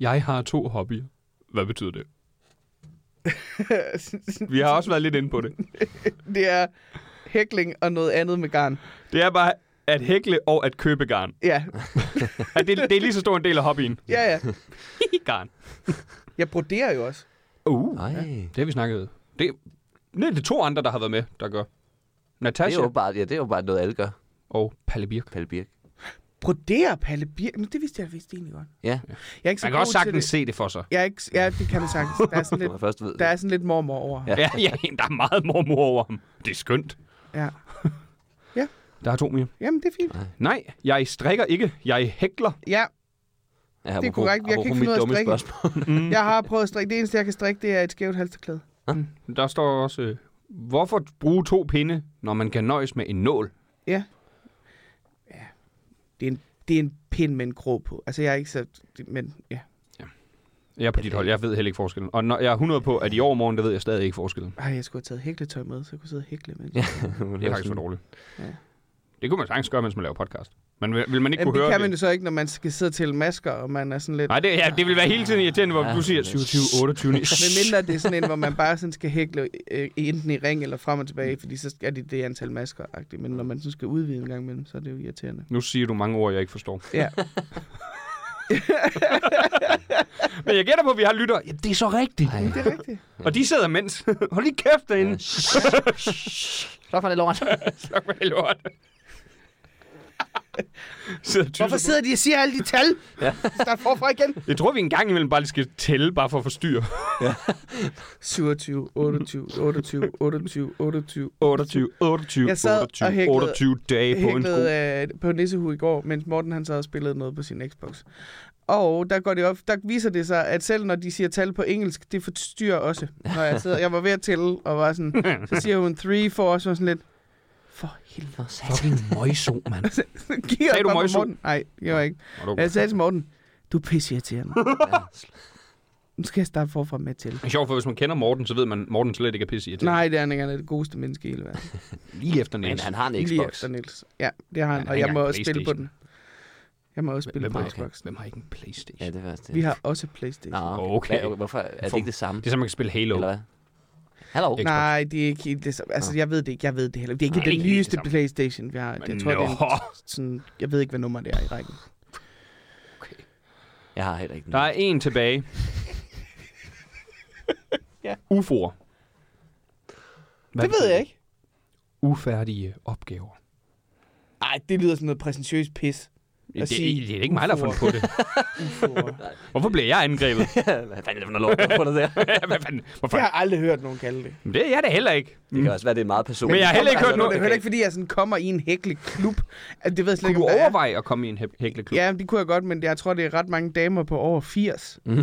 S1: Jeg har to hobbyer. Hvad betyder det? Vi har også været lidt inde på det.
S4: det er hækling og noget andet med garn.
S1: Det er bare at hækle og at købe garn.
S4: Ja,
S1: At det, det er lige så stor en del af hobbyen.
S4: ja, ja.
S1: garn.
S4: Jeg broderer jo også.
S1: Uh,
S2: Nej,
S1: det har vi snakket. Det, det er de to andre, der har været med, der gør.
S2: det
S1: Natasha
S2: er jo bare, ja, det er jo bare noget, alle gør.
S1: og Palle Birk.
S2: Palle Birk.
S4: Broderer Palle Birk? Nu, det vidste jeg vist egentlig godt.
S2: Ja,
S4: Jeg er ikke så
S1: Man kan
S4: god
S1: også
S4: til
S1: sagtens
S4: det.
S1: se det for sig.
S4: Jeg er ikke, ja, det kan man sagtens. Der er sådan
S2: når man
S4: lidt,
S2: først ved
S4: der
S2: det.
S4: er sådan lidt mormor over.
S2: Ja.
S1: Ja, ja der er meget mormor over ham. Det er skønt.
S4: ja.
S1: Der er to mere.
S4: Jamen, det er fint.
S1: Nej, jeg strikker ikke. Jeg hækler.
S4: Ja,
S2: Ja, det
S4: korrekt, jeg kan ikke finde ud af at strikke.
S2: Spørgsmål.
S1: Mm.
S4: jeg har prøvet at strikke. Det eneste, jeg kan strikke, det er et skævt halsterklæde.
S1: Der står også, øh, hvorfor bruge to pinde, når man kan nøjes med en nål?
S4: Det er en, det er en pind med en krog på. Altså, jeg er ikke så... Men ja.
S1: Jeg er på dit hold, jeg ved heller ikke forskellen. Og når jeg er 100 på, at i overmorgen, der ved jeg stadig ikke forskellen.
S4: Ej, jeg skulle have taget hækletøj med, så jeg kunne sidde og hækle med.
S2: Ja,
S1: Det er faktisk for dårligt.
S4: Ja.
S1: Det kunne man sagtens gøre, mens man laver podcast. Men vil, vil man ikke
S4: Jamen,
S1: kunne
S4: det
S1: høre
S4: kan man jo så ikke, når man skal sidde til masker, og man er sådan lidt...
S1: Nej, det, ja, det vil være hele tiden irriterende, hvor
S2: Ja.
S1: du siger 27, 28, 29.
S4: Men mindre det er sådan en, hvor man bare sådan skal hækle øh, enten i ring eller frem og tilbage, fordi så er det det antal masker -agtigt. Men når man sådan skal udvide en gang imellem, så er det jo irriterende.
S1: Nu siger du mange ord, jeg ikke forstår.
S4: Ja.
S1: Men jeg gætter på, at vi har lytter. Ja, det er så rigtigt.
S2: Nej.
S4: Det er rigtigt.
S1: Og de sidder mens. Hold lige kæft derinde.
S2: Slå for det lort.
S1: Sluk mig i lort. Sidder og tyser
S4: Hvorfor
S1: på-
S4: sidder de og siger alle de tal?
S2: Ja.
S4: ja. Start forfra igen.
S1: Jeg tror, vi en gang imellem bare lige skal tælle, bare for at forstyrre.
S4: 27, 28, 28, 28, 28.
S1: 28, 28,
S4: Jeg sad og
S1: 28,
S4: hæklede-
S1: 28 dage på en god...
S4: hæklede øh, på Nissehu i går, mens Morten han sad og spillede noget på sin Xbox. Og der, går det op, der viser det sig, at selv når de siger tal på engelsk, det forstyrrer også. Når jeg, sidder, jeg var ved at tælle, og var sådan, så siger hun 3, 4, og så var jeg sådan lidt, for helvede.
S2: For satan.
S1: Fucking møjso, mand.
S4: Sagde
S1: du møgso?
S4: Nej, jeg var ikke.
S1: Og du-
S4: Altså, Jeg sagde til Morten, du er pisseirriterende. Nu skal jeg starte forfra med til.
S1: Det er sjovt, for hvis man kender Morten, så ved man, at Morten slet ikke er pisse irriterende.
S4: Nej, det er han ikke. Han er det godeste menneske i hele verden.
S1: Lige efter
S2: Men
S1: Niels.
S2: han har en
S4: Lige
S2: Xbox.
S4: efter Niels. Ja, det har han.
S1: Han har
S4: Og
S1: ikke
S4: jeg må
S1: engang
S4: også spille på
S1: PlayStation.
S4: den. Jeg må også spille
S1: Hvem
S4: på
S1: har,
S4: Xbox.
S1: Hvem har ikke en
S2: Ja,
S1: Playstation?
S2: det er faktisk det.
S4: Vi har også PlayStation.
S2: Nå,
S1: Okay.
S2: Hvad, hvorfor er det
S1: For-
S2: ikke det samme?
S1: Det er så, man kan spille Halo.
S2: Eller hvad? Hallo?
S1: Xbox.
S4: Nej, det er ikke helt det samme. Altså, jeg ved det ikke. Jeg ved det heller ikke. Det er ikke
S1: Nej,
S4: den
S1: det er ikke helt
S4: nyeste
S1: det samme.
S4: Playstation, vi har.
S1: Men
S4: Jeg tror, det
S1: nå.
S4: er en, sådan... Jeg ved ikke, hvad nummer det er i rækken.
S2: Jeg har heller ikke
S1: Der er en tilbage.
S4: Ja.
S1: UFO'er. Hvad
S4: det ved jeg ikke.
S1: Ufærdige opgaver.
S4: Nej, det lyder som noget præsentøst pis.
S1: Det, det,
S4: sige
S1: det er ikke mig, der har fundet på det.
S4: Ufor.
S1: Hvorfor bliver jeg angrebet?
S2: Hvad fanden er det for noget lort, du har fundet der?
S1: Ja, Hvad fanden? Hvorfor?
S4: Jeg har aldrig hørt nogen kalde det.
S1: Men Det er jeg da heller ikke.
S2: Det kan også være, det er meget personligt.
S1: Men jeg har heller ikke hørt
S4: Altså, Det
S1: noget-
S4: er heller ikke, fordi jeg sådan kommer i en hækleklub. Altså, det ved jeg slet
S1: Kunne
S4: ikke,
S1: du
S4: om der er.
S1: overveje at komme i en hæ- hækleklub?
S4: Ja, det kunne jeg godt, men jeg tror, det er ret mange damer på over 80.
S1: Sådan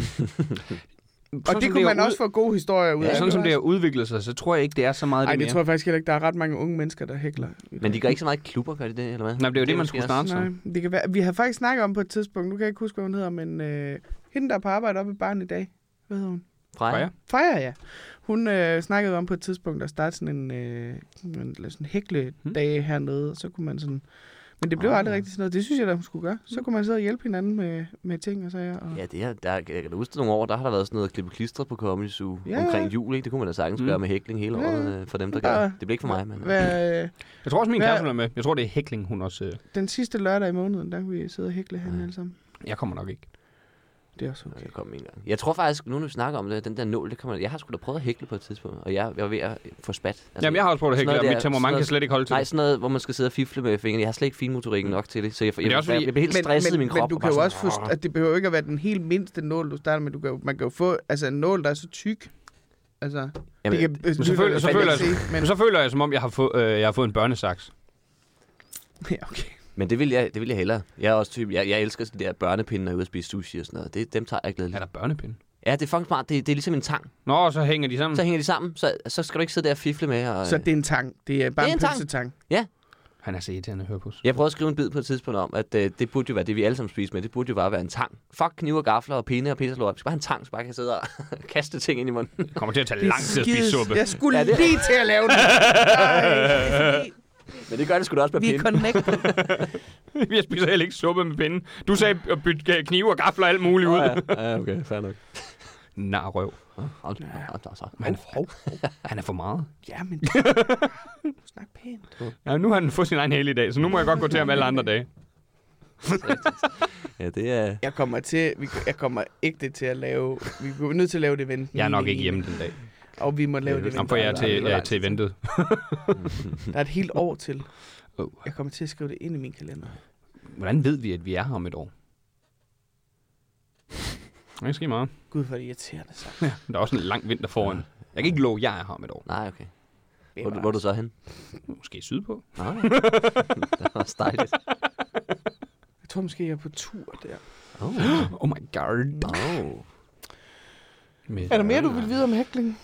S4: Og
S1: Mm. som
S4: det kunne
S1: er
S4: man
S1: ud-
S4: også få gode historier ud af.
S1: Ja, sådan som det har udviklet sig, så tror jeg ikke, det er så meget
S4: Nej,
S1: det mere.
S4: det tror jeg faktisk heller ikke, der er ret mange unge mennesker, der hækler.
S2: Men de gør ikke så meget i klubber, gør de det, eller hvad?
S1: Nej, men det er jo det, man
S2: måske
S1: skulle
S2: også-
S1: starte som.
S4: Nej, det kan være. Vi har faktisk snakket om på et tidspunkt, nu kan jeg ikke huske, hvad hun hedder, men øh, hende, der er på arbejde oppe i barn i dag, hvad hedder hun?
S1: Freja?
S2: Freja?
S4: Freja, ja. Hun øh, snakkede om på et tidspunkt at starte sådan en, øh, sådan en sådan hækledag hernede, og så kunne man sådan... Men det blev
S2: Hmm. Ah.
S4: aldrig rigtig sådan noget. Det synes jeg, da hun skulle gøre. Så kunne man sidde og hjælpe hinanden med, med ting og sager. Og...
S2: Ja, det er, der, jeg kan da huske nogle år, der har der været sådan noget klippe klistre på Comedy Zoo
S4: Ja, ja.
S2: omkring jul, ikke? Det kunne man da sagtens
S1: Mm.
S2: gøre med hækling hele
S4: Ja, ja.
S2: året øh, for dem, der
S4: Ja.
S2: gør det. Det bliver ikke for mig, men...
S4: Hvad, øh,
S1: Jeg tror også, min
S4: Hvad-
S1: kæreste er med. Jeg tror, det er hækling, hun også... øh,
S4: den sidste lørdag i måneden, der kunne vi sidde og hækle
S2: Ja.
S4: hernede alle sammen.
S1: Jeg kommer nok ikke.
S2: Altså,
S4: Det er også
S2: Nå,
S4: okay.
S2: Det kom en gang. Jeg tror faktisk, nu når vi snakker om det, den der nål, det kommer... Jeg har sgu da prøvet at hækle på et tidspunkt, og jeg, jeg var ved at få spat. Altså,
S1: Jamen, jeg har også prøvet at hækle,
S2: sådan noget
S1: og
S2: der-
S1: mit temperament
S2: sådan
S1: kan slet ikke holde til
S2: Nej,
S1: det.
S2: sådan noget, hvor man skal sidde og fifle med fingrene. Jeg har slet ikke
S4: Mm.
S2: finmotorikken nok til det, så jeg, jeg,
S1: det er
S2: jeg,
S1: også fordi-
S2: jeg, bliver helt stresset i
S4: men,
S2: min krop.
S4: Men du
S2: og
S4: kan
S2: bare
S4: jo
S2: sådan,
S4: også få,
S1: "Åh."
S4: at det behøver ikke at være den helt mindste nål, du starter med. Du kan, jo- man kan jo få altså, en nål, der er så tyk. Altså,
S2: Jamen,
S4: det kan,
S1: Men så føler, så,
S2: fandme
S1: føler jeg,
S2: ikke
S4: se, men,
S1: men så føler jeg, som om jeg har, få, øh, jeg har fået en børnesaks.
S4: ja, okay.
S2: Men det vil jeg, det vil jeg hellere. Jeg er også typen, jeg, jeg elsker de der børnepinde, når jeg er ude at spise sushi og sådan noget. Det, dem tager jeg glædeligt.
S1: Er der børnepinde?
S2: Ja, det er fucking smart. Det, det er ligesom en tang.
S1: Nå, så hænger de sammen.
S2: Så hænger de sammen, så, så skal du ikke sidde der og fifle med. Og,
S4: Mm. Så det er en tang. Det er bare
S2: Det er
S4: en,
S2: en tang.
S4: pølsetang.
S1: Han er så irriterende at høre på.
S2: Jeg prøvede at skrive en bid på et tidspunkt om, at øh, det burde jo være det, vi alle sammen spiser med. Det burde jo bare være en tang. Fuck knive og gafler og pinde og pisselort. Vi skal bare have en tang, så bare kan sidde og kaste ting ind i munden.
S1: Det kommer til at tage
S4: Det er
S1: lang tid at spise
S4: skide-
S1: suppe.
S4: Jeg skulle
S2: Ja,
S4: ja,
S2: det er-
S4: lige til at lave det. Ej, fordi
S2: Men det gør det sgu da også med
S4: vi er
S2: pinde.
S4: connected.
S1: Jeg spiser heller ikke suppe med pinden. Du sagde at bytte knive og gafler og alt muligt ud.
S2: Åh, ja. ja, okay, fair nok.
S1: Nar røv.
S2: Nå, Hold da, hold da, så.
S1: Men Han, hov, han er for meget.
S4: Ja, men... Snak pænt.
S1: Ja, nu har han fået sin egen hel i dag, så nu må jeg godt gå til ham alle andre dage.
S2: Ja, det er...
S4: Jeg kommer til, vi, jeg kommer ægte til at lave, vi er nødt til at lave det event.
S1: Jeg er nok
S4: Lige-
S1: ikke hjemme den dag.
S4: Og vi må lave det
S1: Nå,
S4: event.
S1: for jeg er
S4: der-
S1: til,
S4: der-
S1: jeg er til eventet.
S4: Der er et helt år til.
S1: Åh.
S4: Jeg kommer til at skrive det ind i min kalender.
S1: Hvordan ved vi, at vi er her om et år? Det kan ske meget.
S4: Gud, hvor er det irriterende sagt.
S1: Der er også en lang vinter foran. Jeg kan ikke love, at jeg er her om et år.
S2: Nej, okay.
S4: Det er
S2: Hvor,
S4: bare-
S2: hvor er du så hen?
S1: Måske sydpå.
S2: Nå, ja. det var også dejligt.
S4: Jeg tror måske, jeg er på tur der.
S2: Oh.
S1: Oh my god.
S2: Oh.
S1: Med-
S4: Er der mere, du vil vide om hækling?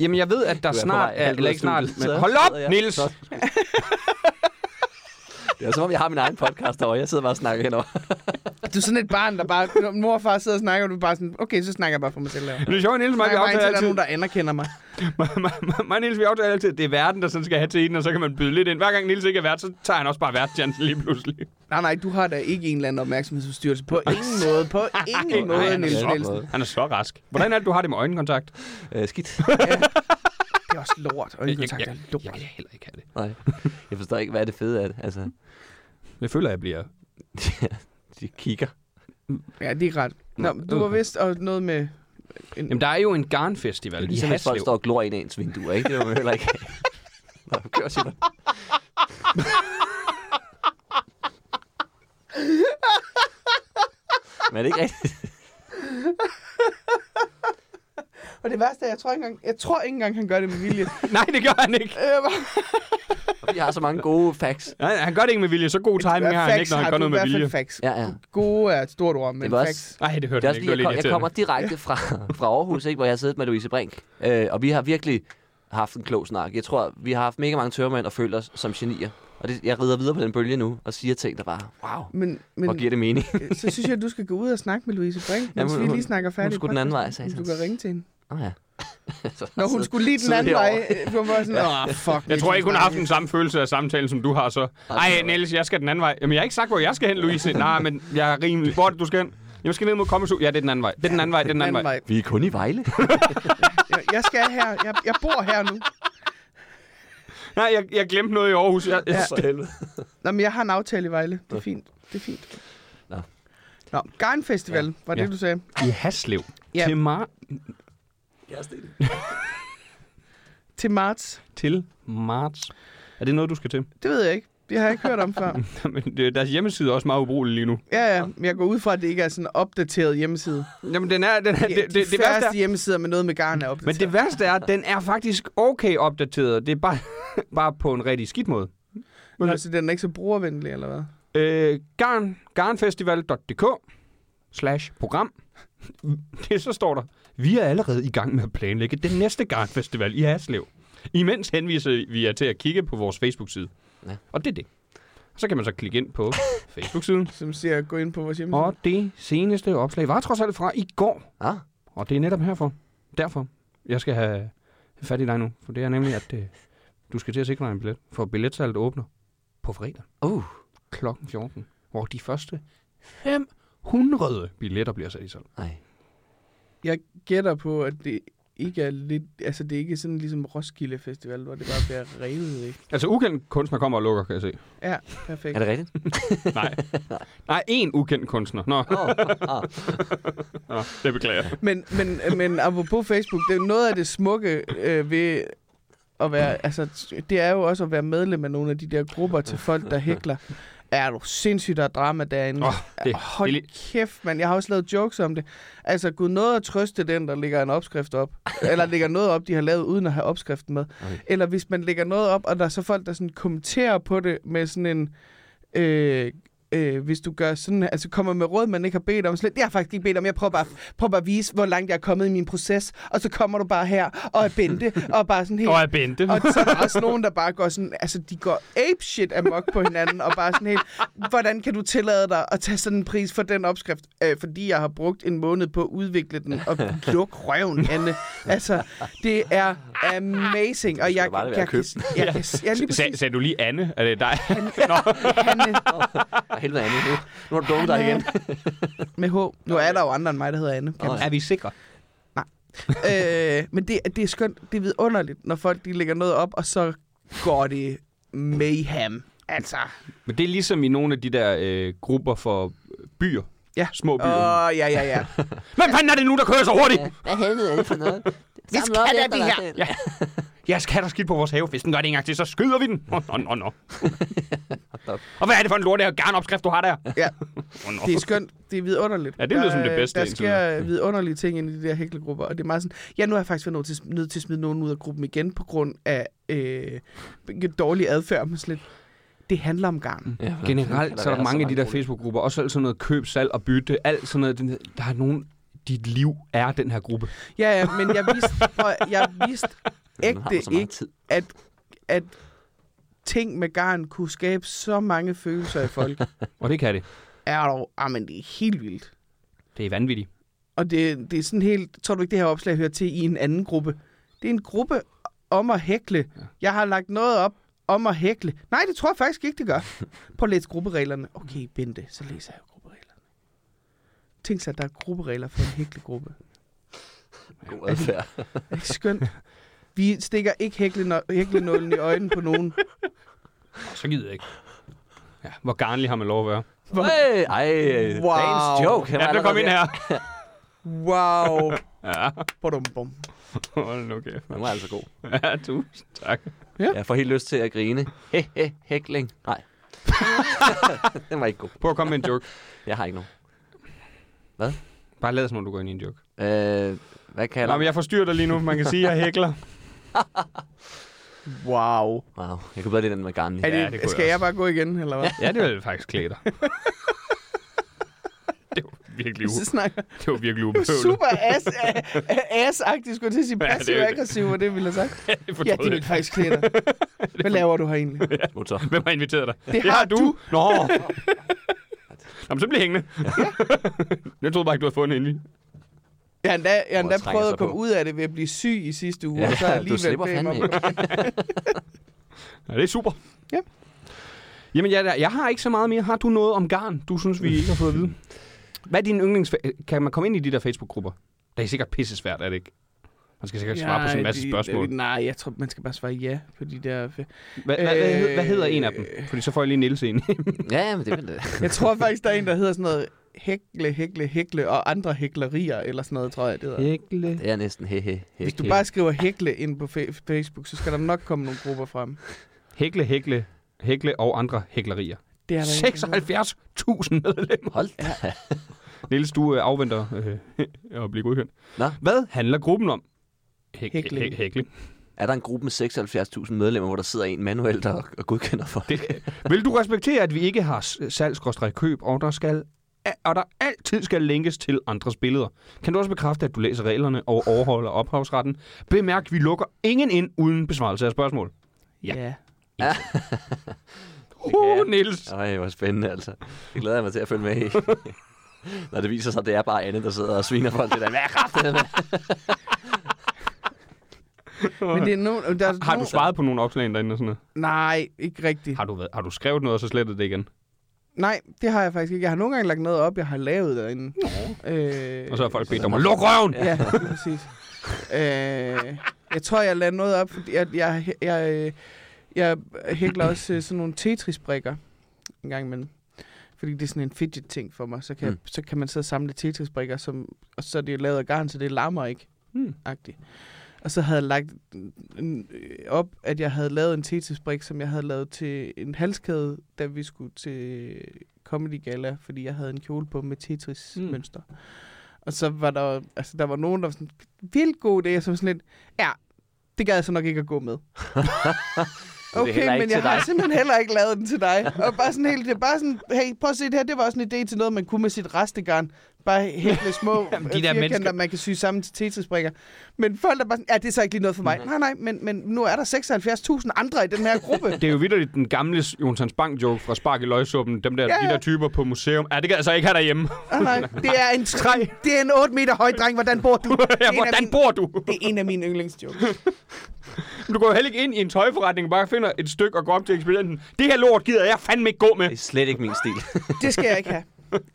S1: Jamen, jeg ved, at der
S2: Du er på
S1: snart...
S2: vej
S1: Er,
S2: halvt ud
S1: eller
S2: af
S1: ikke snart...
S2: studiet,
S1: Men
S2: så
S1: hold
S2: sidder
S1: op,
S2: jeg.
S1: Nils!
S2: Så- Det er som om, jeg har min egen podcast derovre. Jeg sidder bare og snakker henover.
S4: Du er sådan et barn, der bare... når Mor og far sidder og snakker, og du er bare sådan... Okay, så snakker jeg bare for Ligesom mig selv. Her.
S1: Det er sjovt, Nils, mig, vi
S4: snakker bare
S1: aftaler
S4: indtil der er
S1: altid...
S4: nogen, der anerkender mig.
S1: Mig og Niels, vi aftaler altid, at det er verden, der sådan skal have til en, og så kan man byde lidt ind. Hver gang Nils ikke er vært, så tager han også bare værtschancen lige pludselig.
S4: Nej, nej, du har da ikke en eller anden opmærksomhedsforstyrrelse. På ingen måde. På
S1: Nej,
S4: ingen måde,
S1: han, er
S4: Niels Nielsen.
S1: så, han er så rask. Hvordan er det, du har det med øjenkontakt?
S2: Øh, skidt.
S4: Det er også lort.
S1: Jeg,
S4: Og
S1: jeg,
S4: kontakt er
S1: jeg, jeg kan
S4: lort.
S1: heller ikke have det.
S2: Nej. Jeg forstår ikke, hvad er det fede af det. Altså,
S1: Jeg føler, jeg bliver...
S2: de kigger.
S4: Ja, det er ret. Nå, men du var vist og noget med... En,
S1: Jamen, der er jo en garnfestival i
S2: Ligesom hvis folk
S1: Haslev.
S2: står og glor ind i ens vinduer, ikke? Det må man heller ikke have. Nå, kør, Simon. Men er det ikke rigtigt?
S4: Og det værste er, jeg tror ikke engang, jeg tror ikke engang han gør det med vilje.
S1: Nej, det gør han ikke.
S4: Øh, hvor-
S2: Vi har så mange gode facts.
S1: Nej, han gør det ikke med vilje. Så god timing har han
S4: Facts
S1: ikke, når
S4: har
S1: han gør
S4: du
S1: noget
S4: i
S1: med
S4: hvert fald
S1: vilje.
S4: Facts.
S2: Ja, ja.
S4: Gode er et stort ord, men
S2: Det var også-
S4: facts.
S1: Nej, det
S2: Det
S1: hørte
S2: er
S1: han
S2: også
S1: ikke. Det var
S2: fordi,
S1: lidt
S2: jeg, kom, jeg
S1: irriterende.
S2: kommer direkte fra, fra Aarhus, ikke, hvor jeg har siddet med Louise Brink. Øh, og vi har virkelig haft en klog snak. Jeg tror, vi har haft mega mange tørmænd og følt os som genier. Og det, jeg rider videre på den bølge nu og siger ting, der bare, wow,
S4: Men,
S2: hvor
S4: men
S2: giver det mening?
S4: øh, så synes jeg, at du skal gå ud og snakke med Louise Brink, mens
S2: hun-
S4: vi
S2: hun-
S4: lige snakker færdigt.
S2: skulle den anden vej,
S4: podcasten.
S2: sagde
S4: Du
S2: han.
S4: kan ringe til hende.
S2: Åh oh, ja.
S4: Når hun skulle lige den
S2: sidder
S4: anden vej,
S2: herovre.
S4: øh, du var sådan, åh, fuck.
S1: Jeg tror ikke, hun har haft
S4: en...
S1: den samme følelse af samtalen, som du har så. Ej, Niels, jeg skal den anden vej. Jamen, jeg har ikke sagt, hvor jeg skal hen, Louise. Nej, men jeg er rimelig. Hvor er det, du skal hen? Jamen, Jeg skal ned mod Kommesu. Ja, det er den anden vej. Det er den anden vej. Det er den anden vej.
S4: vej.
S2: Vi er kun i Vejle.
S4: Jeg, jeg skal her. Jeg, jeg bor her nu.
S1: Nej, jeg, jeg glemte noget i Aarhus. Jeg, jeg,
S2: For helvede.
S4: Nå, men jeg har en aftale i Vejle. Det er fint. Det er fint.
S2: Nå.
S4: Nå, Garn Festival, ja. var det,
S1: Ja.
S4: du sagde.
S1: I Haslev.
S4: Ja.
S1: Til, mar-
S4: Til marts.
S1: til marts. Er det noget, du skal til?
S4: Det ved jeg ikke. Det har jeg ikke hørt om før.
S1: Men det- deres hjemmeside er også meget ubrugelig lige nu.
S4: Ja, ja. Men jeg går ud fra, at det ikke er sådan en opdateret hjemmeside.
S1: Jamen, den er... Den er
S4: Ja,
S1: det, det,
S4: de
S1: det,
S4: færreste
S1: værste er,
S4: hjemmesider med noget med garn er opdateret.
S1: men det værste er, at den er faktisk okay opdateret. Det er bare, bare på en rigtig skidt måde.
S4: Nå, så altså, den er ikke så brugervenlig, eller hvad?
S1: Øh, garn, garnfestival.dk slash program. Det så står der. Vi er allerede i gang med at planlægge den næste garnfestival i Haslev. Imens henviser vi jer til at kigge på vores Facebook-side.
S2: Ja.
S1: Ja. Og det er det. Så kan man så klikke ind på Facebook-siden.
S4: Som siger, gå ind på vores hjemmeside.
S1: Og det seneste opslag var trods alt fra i går.
S2: Ah,
S1: Og det er netop herfor. Derfor. Jeg skal have fat i dig nu. For det er nemlig, at øh, du skal til at sikre dig en billet. For billetsalget åbner på fredag
S2: uh,
S1: klokken 14, hvor de første 500 billetter bliver sat i salg.
S2: nej.
S4: Jeg gætter på, at det ikke er lidt... Altså, det er ikke sådan ligesom Roskilde Festival, hvor det bare bliver revet, ikke?
S1: Altså, ukendt kunstner kommer og lukker, kan jeg se.
S4: Ja,
S2: Er
S4: perfekt.
S2: det rigtigt?
S1: Nej. Nej, én ukendt kunstner. Nå,
S2: Oh, ah.
S1: Nå det beklager jeg.
S4: Men, men, men apropos Facebook, det er jo noget af det smukke øh, ved at være, altså, det er jo også at være medlem af nogle af de der grupper til folk, der hækler. Er du sindssygt, der er drama derinde?
S1: Åh, det-
S4: Hold
S1: det er
S4: kæft, mand. Jeg har også lavet jokes om det. Altså, gud noget at trøste den, der lægger en opskrift op. Eller lægger noget op, de har lavet, uden at have opskriften med.
S2: Okay.
S4: Eller hvis man lægger noget op, og der er så folk, der sådan kommenterer på det med sådan en... Øh, øh, hvis du gør sådan, altså kommer med råd, man ikke har bedt om. Slet, jeg har faktisk ikke bedt om, jeg prøver bare, prøver bare at vise, hvor langt jeg er kommet i min proces, og så kommer du bare her og er bente, og bare sådan helt...
S1: Og er Bente.
S4: Og så er der også nogen, der bare går sådan, altså de går ape shit amok på hinanden, og bare sådan helt, hvordan kan du tillade dig at tage sådan en pris for den opskrift, øh, fordi jeg har brugt en måned på at udvikle den, og luk røven, Anne. Altså, det er amazing, og
S2: skulle
S4: jeg,
S2: bare lade være
S4: jeg,
S2: at købe
S4: kan- jeg, kan- jeg, lige præcis,
S1: Sag, sagde du lige Anne? Er det dig?
S4: Hanne
S2: For helvede, Anne. Nu, nu har du dummet dig igen.
S4: med H. Nu er der jo andre end mig, der hedder Anne.
S2: Nå, ja.
S1: er vi sikre?
S4: øh, men det, det er skønt, det er vidunderligt, når folk de lægger noget op, og så går det mayhem. Altså,
S1: Men det er ligesom i nogle af de der øh, grupper for øh, byer.
S4: Ja.
S1: Små byer.
S4: åh,
S1: Uh...
S4: oh, ja, ja, ja.
S1: Hvem fanden er det nu, der kører så hurtigt?
S2: Hvad helvede er det for noget? Vi
S4: skal da det her.
S2: Ja.
S1: Jeg skal der skidt på vores have. Hvis den gør det en gang til, så skyder vi den. Åh, oh, no, no. og hvad er det for en lort, der garnopskrift, du har der?
S4: ja.
S1: Oh, no.
S4: Det er skønt. Det er vidunderligt.
S1: Ja, det lyder
S4: Der,
S1: som det
S4: øh,
S1: bedste
S4: Der
S1: indtil
S4: sker vidunderlige ting inde i de der hæklegrupper, og det er meget sådan, ja, nu har jeg faktisk været nødt til, nødt til at smide nogen ud af gruppen igen på grund af øh, dårlig adfærd. Men slet, det handler om garn.
S2: Ja,
S1: Mm. Generelt så er der mange af de der Facebook-grupper, også alt sådan noget køb, salg og bytte, alt sådan noget. den- Der er nogen, dit liv er den her gruppe.
S4: Ja, ja, men jeg vidste, prøv at- jeg vidste ægte ikke,
S2: Tid.
S4: at, at ting med garn kunne skabe så mange følelser i folk.
S1: Og det kan det.
S4: er dog, ah, men det er helt vildt.
S1: Det er vanvittigt.
S4: Og det, det er sådan helt, tror du ikke, det her opslag hører til i en anden gruppe? Det er en gruppe om at hækle. Jeg har lagt noget op om at hækle. Nej, det tror jeg faktisk ikke, det gør. Prøv at læse gruppereglerne. Okay, Bente, så læser jeg gruppereglerne. Tænk sig, at der er grupperegler for en hæklegruppe.
S2: God adfærd.
S4: Er det ikke skønt? Vi stikker ikke hæklenå- hæklenålen i øjnene på nogen.
S1: Så gider jeg ikke. Ja, hvor garnlig har man lov at være.
S2: Hey, ej,
S4: Wow.
S2: dagens joke. han var
S1: Ja, du
S2: allerede
S1: kom ind
S2: ved-
S1: her.
S4: Wow.
S1: Ja,
S4: Badum, bum.
S1: hold nu kæft.
S2: Den var altså god.
S1: Ja, tusind tak.
S2: Jeg får helt lyst til at grine. He, he, hækling. Nej. den var ikke god.
S1: Prøv at komme med en joke.
S2: Jeg har ikke nogen. Hvad?
S1: Bare lad som om, du går ind i en joke.
S2: Øh, hvad kan
S1: Nej,
S2: jeg?
S1: men jeg forstyrrer dig lige nu. Man kan sige, at jeg hækler.
S4: Wow.
S2: Wow, jeg kunne bedre lide den med Garni.
S4: Er
S1: Ja, det
S4: det,
S1: kunne
S4: ja,
S1: jeg
S4: skal jeg,
S1: også.
S4: bare gå igen, eller hvad?
S1: Ja, det ville faktisk klæde dig. det var virkelig,
S4: Så
S1: u-
S4: snakker
S1: det var virkelig
S4: du
S1: ubehøvlet.
S4: super ass, ass-agtig, skulle jeg til at sige
S1: Ja, det er
S4: passiv
S1: jo det.
S4: aggressiv, og det ville jeg have sagt.
S1: det
S4: Ja,
S1: fortrød
S4: det ville faktisk klæde dig. Hvad laver du her egentlig?
S2: Motor.
S1: Hvem har inviteret dig?
S4: Det har du.
S1: Nå. Nå, men så bliver hængende. jeg troede bare ikke, du havde fundet endelig.
S4: Jeg har endda, jeg har
S2: Hvor
S4: endda
S2: trænger
S4: prøvet
S2: sig
S4: at komme
S2: på.
S4: ud af det ved at blive syg i sidste uge.
S2: Ja,
S4: og så har jeg
S2: du
S4: alligevel
S2: slipper
S4: bedt mig
S2: fandme
S4: om at-
S1: Ja, det er super.
S4: Ja.
S1: Jamen, jeg, jeg har ikke så meget mere. Har du noget om garn, du synes, vi ikke har fået at vide? Hvad er din yndlings... Kan man komme ind i de der Facebook-grupper? Det er sikkert pisse svært, er det ikke? Man skal sikkert svare på sådan en masse
S4: de-
S1: spørgsmål.
S4: Nej, jeg tror, man skal bare svare ja på de der...
S1: Hvad, hvad, hvad, hed- hvad hedder en af dem?
S4: Øh.
S1: Fordi så får jeg lige Niels ind.
S2: Ja, ja, men det er vel det.
S4: Jeg tror faktisk, der er en, der hedder sådan noget hækle, hækle, hækle og andre hæklerier, eller sådan noget, tror jeg, det hedder.
S1: Hækle.
S2: Det er næsten he, he, he
S4: Hvis du
S2: he.
S4: bare skriver hækle ind på fe- Facebook, så skal der nok komme nogle grupper frem.
S1: Hækle, hækle, hækle og andre hæklerier.
S4: Det er der ikke noget.
S1: 76.000 medlemmer.
S2: Hold da.
S1: Niels, du øh, afventer øh, at blive godkendt.
S2: Nå.
S1: Hvad handler gruppen om? Hæk-
S4: Hækling.
S1: hæk- hækling.
S2: Er der en gruppe med 76.000 medlemmer, hvor der sidder en manuelt og, og godkender for det?
S1: Vil du respektere, at vi ikke har salgskøb, og der skal og der altid skal linkes til andres billeder. Kan du også bekræfte, at du læser reglerne og overholder ophavsretten? Bemærk, vi lukker ingen ind uden besvarelse af spørgsmål. Ja.
S4: Ja.
S1: Ho,
S2: jeg.
S1: Niels!
S2: Ej, hvor spændende altså. Det glæder jeg mig til at følge med i. Når det viser sig, at det er bare Anne, der sidder og sviner folk til den. Hvad er kraftedet med?
S4: Men det er no, der er
S1: Har du
S4: nogen-
S1: svaret på nogle opslag derinde og sådan noget?
S4: Nej, ikke rigtigt.
S1: Har du, været- har du skrevet noget, og så slettet det igen?
S4: Nej, det har jeg faktisk ikke. Jeg har nogle gange lagt noget op, jeg har lavet derinde. Øh,
S1: Og så har folk bedt om at lukke røven!
S4: Ja, præcis. Øh, jeg tror, jeg lader noget op, fordi jeg, jeg, jeg, øh, jeg hækler også øh, sådan nogle Tetris-brikker en gang imellem. Fordi det er sådan en fidget-ting for mig. Så kan,
S2: Mm.
S4: mm. så kan man sidde og samle Tetris-brikker, som, og så er det lavet af garn, så det larmer ikke.
S1: Mm.
S4: Agtigt. Og så havde jeg lagt en- øh, op, at jeg havde lavet en Tetris-brik, som jeg havde lavet til en halskæde, da vi skulle til Comedy Gala, fordi jeg havde en kjole på
S2: Mm.
S4: med Tetris-mønster. Mm. Og så var der, altså, der var nogen, der var sådan, vildt god idé, som sådan lidt, ja, det gad jeg så nok ikke at gå med.
S2: er heller ikke
S4: okay, men
S2: til
S4: jeg har
S2: dig.
S4: simpelthen heller ikke lavet den til dig. Og bare sådan helt, det er bare sådan, hey, prøv at se det her, det var også en idé til noget, man kunne med sit restegarn. Bare hækle små
S1: Jamen,
S4: Jamen,
S1: de
S4: de
S1: der
S4: firkanter,
S1: mennesker-
S4: man kan sy sammen til tetrisbrikker. Men folk er bare sådan, ja, det er så ikke lige noget for mig.
S1: Mhm.
S4: Nej, nej, men, men nu er der 76.000 andre i den her gruppe.
S1: Det er jo vidderligt den gamle Jonsens Bank-joke fra Spark i Løgsuppen. Dem der, ja,
S4: Ja,
S1: ja.
S4: ja.
S1: De der typer på museum. Ja, det kan jeg altså ikke have derhjemme.
S4: nej, nej, det er en, det er en 8 meter høj dreng, hvordan bor du? Det er
S1: Ja,
S4: en af
S1: hvordan
S4: mine-
S1: bor du?
S4: Det er en af mine yndlingsjokes.
S1: Du går jo heller ikke ind i en tøjforretning og bare finder et stykke og går op til ekspedienten. Det her lort gider jeg fandme ikke gå med.
S2: Det er slet ikke min stil.
S4: Det skal jeg ikke have.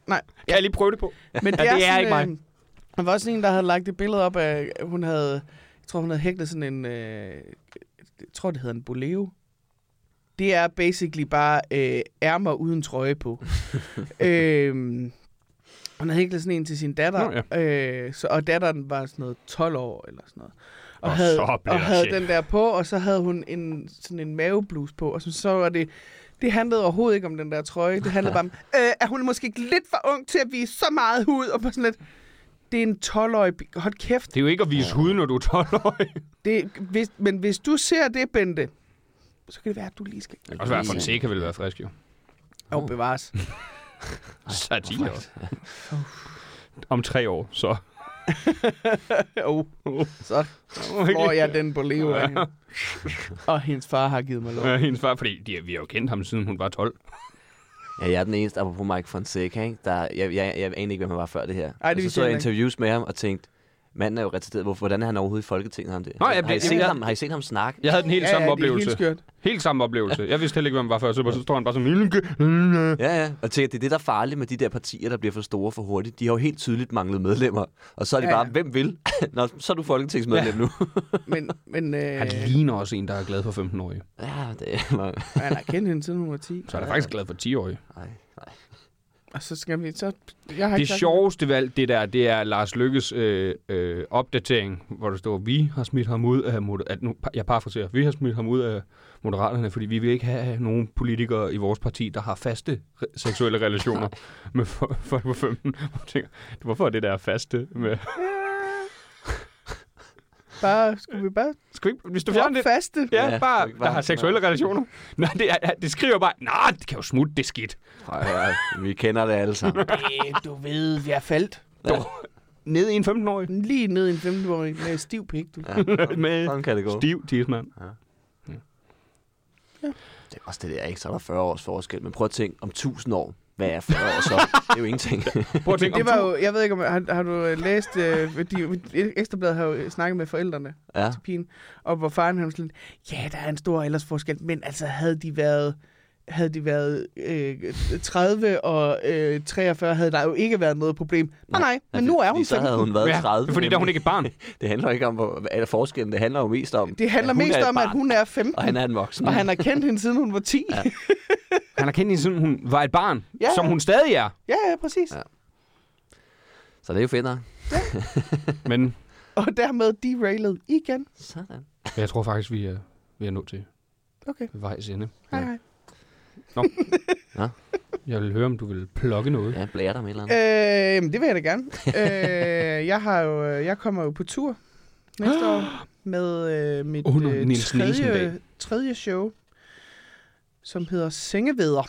S4: Nej.
S1: Kan jeg lige prøve det på?
S4: Men
S1: Ja, det er
S4: sådan,
S1: ikke mig.
S4: øh, Der var også en, der havde lagt et billede op af, at hun havde, jeg tror, hun havde hæklet sådan en, øh, jeg tror, det hedder en boleo. Det er basically bare øh, ærmer uden trøje på. øhm, hun havde hæklet sådan en til sin datter,
S1: Nå,
S4: øh, så, og datteren var sådan noget 12 år eller sådan noget. Og,
S1: Og
S4: havde,
S1: så blev
S4: og
S1: der
S4: havde
S1: tjek.
S4: den der på, og så havde hun en, sådan en mavebluse på, og så, så var det det handlede overhovedet ikke om den der trøje. Det handlede bare om, øh, er hun måske ikke lidt for ung til at vise så meget hud? Og bare sådan lidt, det er en 12-årig... bi- Hold kæft.
S1: Det er jo ikke at vise huden, når du er 12 år.
S4: Det, hvis, men hvis du ser det, Bente, så kan det være, at du lige skal...
S1: Og så være Fonseca ville være frisk, jo.
S4: Og bevares.
S1: Satire. Om tre år, så.
S4: oh, så får jeg den på leve af hende. Og hendes far har givet mig lov.
S1: Ja, hendes far, fordi de, vi har jo kendt ham, siden hun var 12.
S2: Ja, jeg er den eneste, apropos Mike Fonseca, ikke? Der, jeg, jeg, jeg anede ikke, hvem han var før det her.
S4: Ej, det
S2: og så
S4: vidste
S2: så
S4: jeg
S2: jeg
S4: heller
S2: interviews med ham og tænkte, manden er jo retarderet. Hvorfor, hvordan er han overhovedet i Folketinget, ham der?
S1: Nå, ja,
S2: har, I
S1: det-
S2: set
S1: jeg-
S2: ham, har I set ham snakke?
S1: Jeg havde den helt samme oplevelse.
S4: Det er
S1: Helt,
S4: helt skørt.
S1: samme oplevelse. Jeg vidste heller ikke, hvem han var før, så, bare- så står han bare sådan...
S2: Ja, ja. Og tænker, det er det, der er farligt med de der partier, der bliver for store for hurtigt. De har jo helt tydeligt manglet medlemmer. Og så er de
S4: Ja,
S2: bare,
S4: ja.
S2: hvem vil? Nå, så er du folketingsmedlem nu.
S4: Men, men øh,
S1: Han ligner også en, der er glad for 15-årige.
S2: ja, det var...
S4: han har kendt hende siden hun var 10.
S1: Så er der faktisk glad for 10-årige.
S2: Ej, nej.
S4: Og så skal vi... Så, jeg har
S1: Det
S4: ikke sagt-
S1: sjoveste valg, det der, det er Lars Lykkes øh, øh, opdatering, hvor der står, vi har smidt ham ud af... Moder- at nu, jeg parafraserer. Vi har smidt ham ud af Moderaterne, fordi vi vil ikke have nogen politikere i vores parti, der har faste re- seksuelle relationer med folk for, på 15. Hvor jeg tænker, Hvorfor er det der faste? Med?
S4: Bare, skulle vi bare
S1: Skal vi, ikke- hvis du fjerner
S4: droppe
S1: det,
S4: faste?
S1: Ja,
S2: Ja,
S1: ja
S2: skal
S1: bare,
S2: vi ikke bare
S1: der har
S2: have
S1: seksuelle relationer. Nej, det, er, det skriver bare, nej, det kan jo smutte, det er skidt.
S2: Ej, ej, vi kender det alle sammen.
S4: Øh, du ved, jeg faldt.
S1: Nede i en 15-årig.
S4: Lige ned i en 15-årig med stiv pik, du. Ja.
S1: Med
S2: Sådan kan det gå.
S1: stiv tidsmand.
S2: Det er også det der, ikke? Så er der 40 års forskel. Men prøv at tænke, om 1000 år, hvad er 40 år så? Det er jo ingenting.
S1: Prøv at tænke,
S4: Det
S1: om
S4: var
S1: to,
S4: jo, jeg ved ikke, om, har, har du øh, læst, øh, de, Ekstrabladet har jo øh, snakket med forældrene
S2: ja.
S4: til pigen, og hvor faren han var sådan, lidt, ja, der er en stor aldersforskel, men altså havde de været havde de været øh, 30 og øh, 43, havde der jo ikke været noget problem. Nej, nej, men nu er hun
S2: Fordi så havde
S4: 15.
S2: hun været
S1: Ja,
S2: 30.
S1: fordi der er hun ikke et barn.
S2: Det handler ikke om, hvor, hvad er forskellen. Det handler jo mest om...
S4: Det handler
S2: at hun
S4: mest
S2: er et
S4: om, at
S2: barn,
S4: hun er 15,
S2: Og han er en voksen.
S4: og han har kendt hende, siden hun var 10. Ja,
S1: Han har kendt hende, siden hun var et barn,
S4: Ja.
S1: ja. som hun stadig er.
S4: ja, ja præcis.
S2: Ja.
S4: Ja.
S2: Så det er jo fedt nok.
S1: Men
S4: Og dermed derailed igen.
S2: Sådan.
S1: jeg tror faktisk, vi er, vi er nået til
S4: Okay,
S1: vejs ende.
S4: hej
S2: Ja.
S4: hej.
S1: Jeg vil høre, om du vil plukke noget.
S2: Ja, blærer dig med et eller andet.
S4: Øh, jamen, det vil jeg da gerne. øh, jeg, har jo, jeg kommer jo på tur næste år med øh, mit
S1: Under
S4: øh,
S1: Niels
S4: tredje,
S1: Nielsen-dag.
S4: tredje show, som hedder Sengeveder.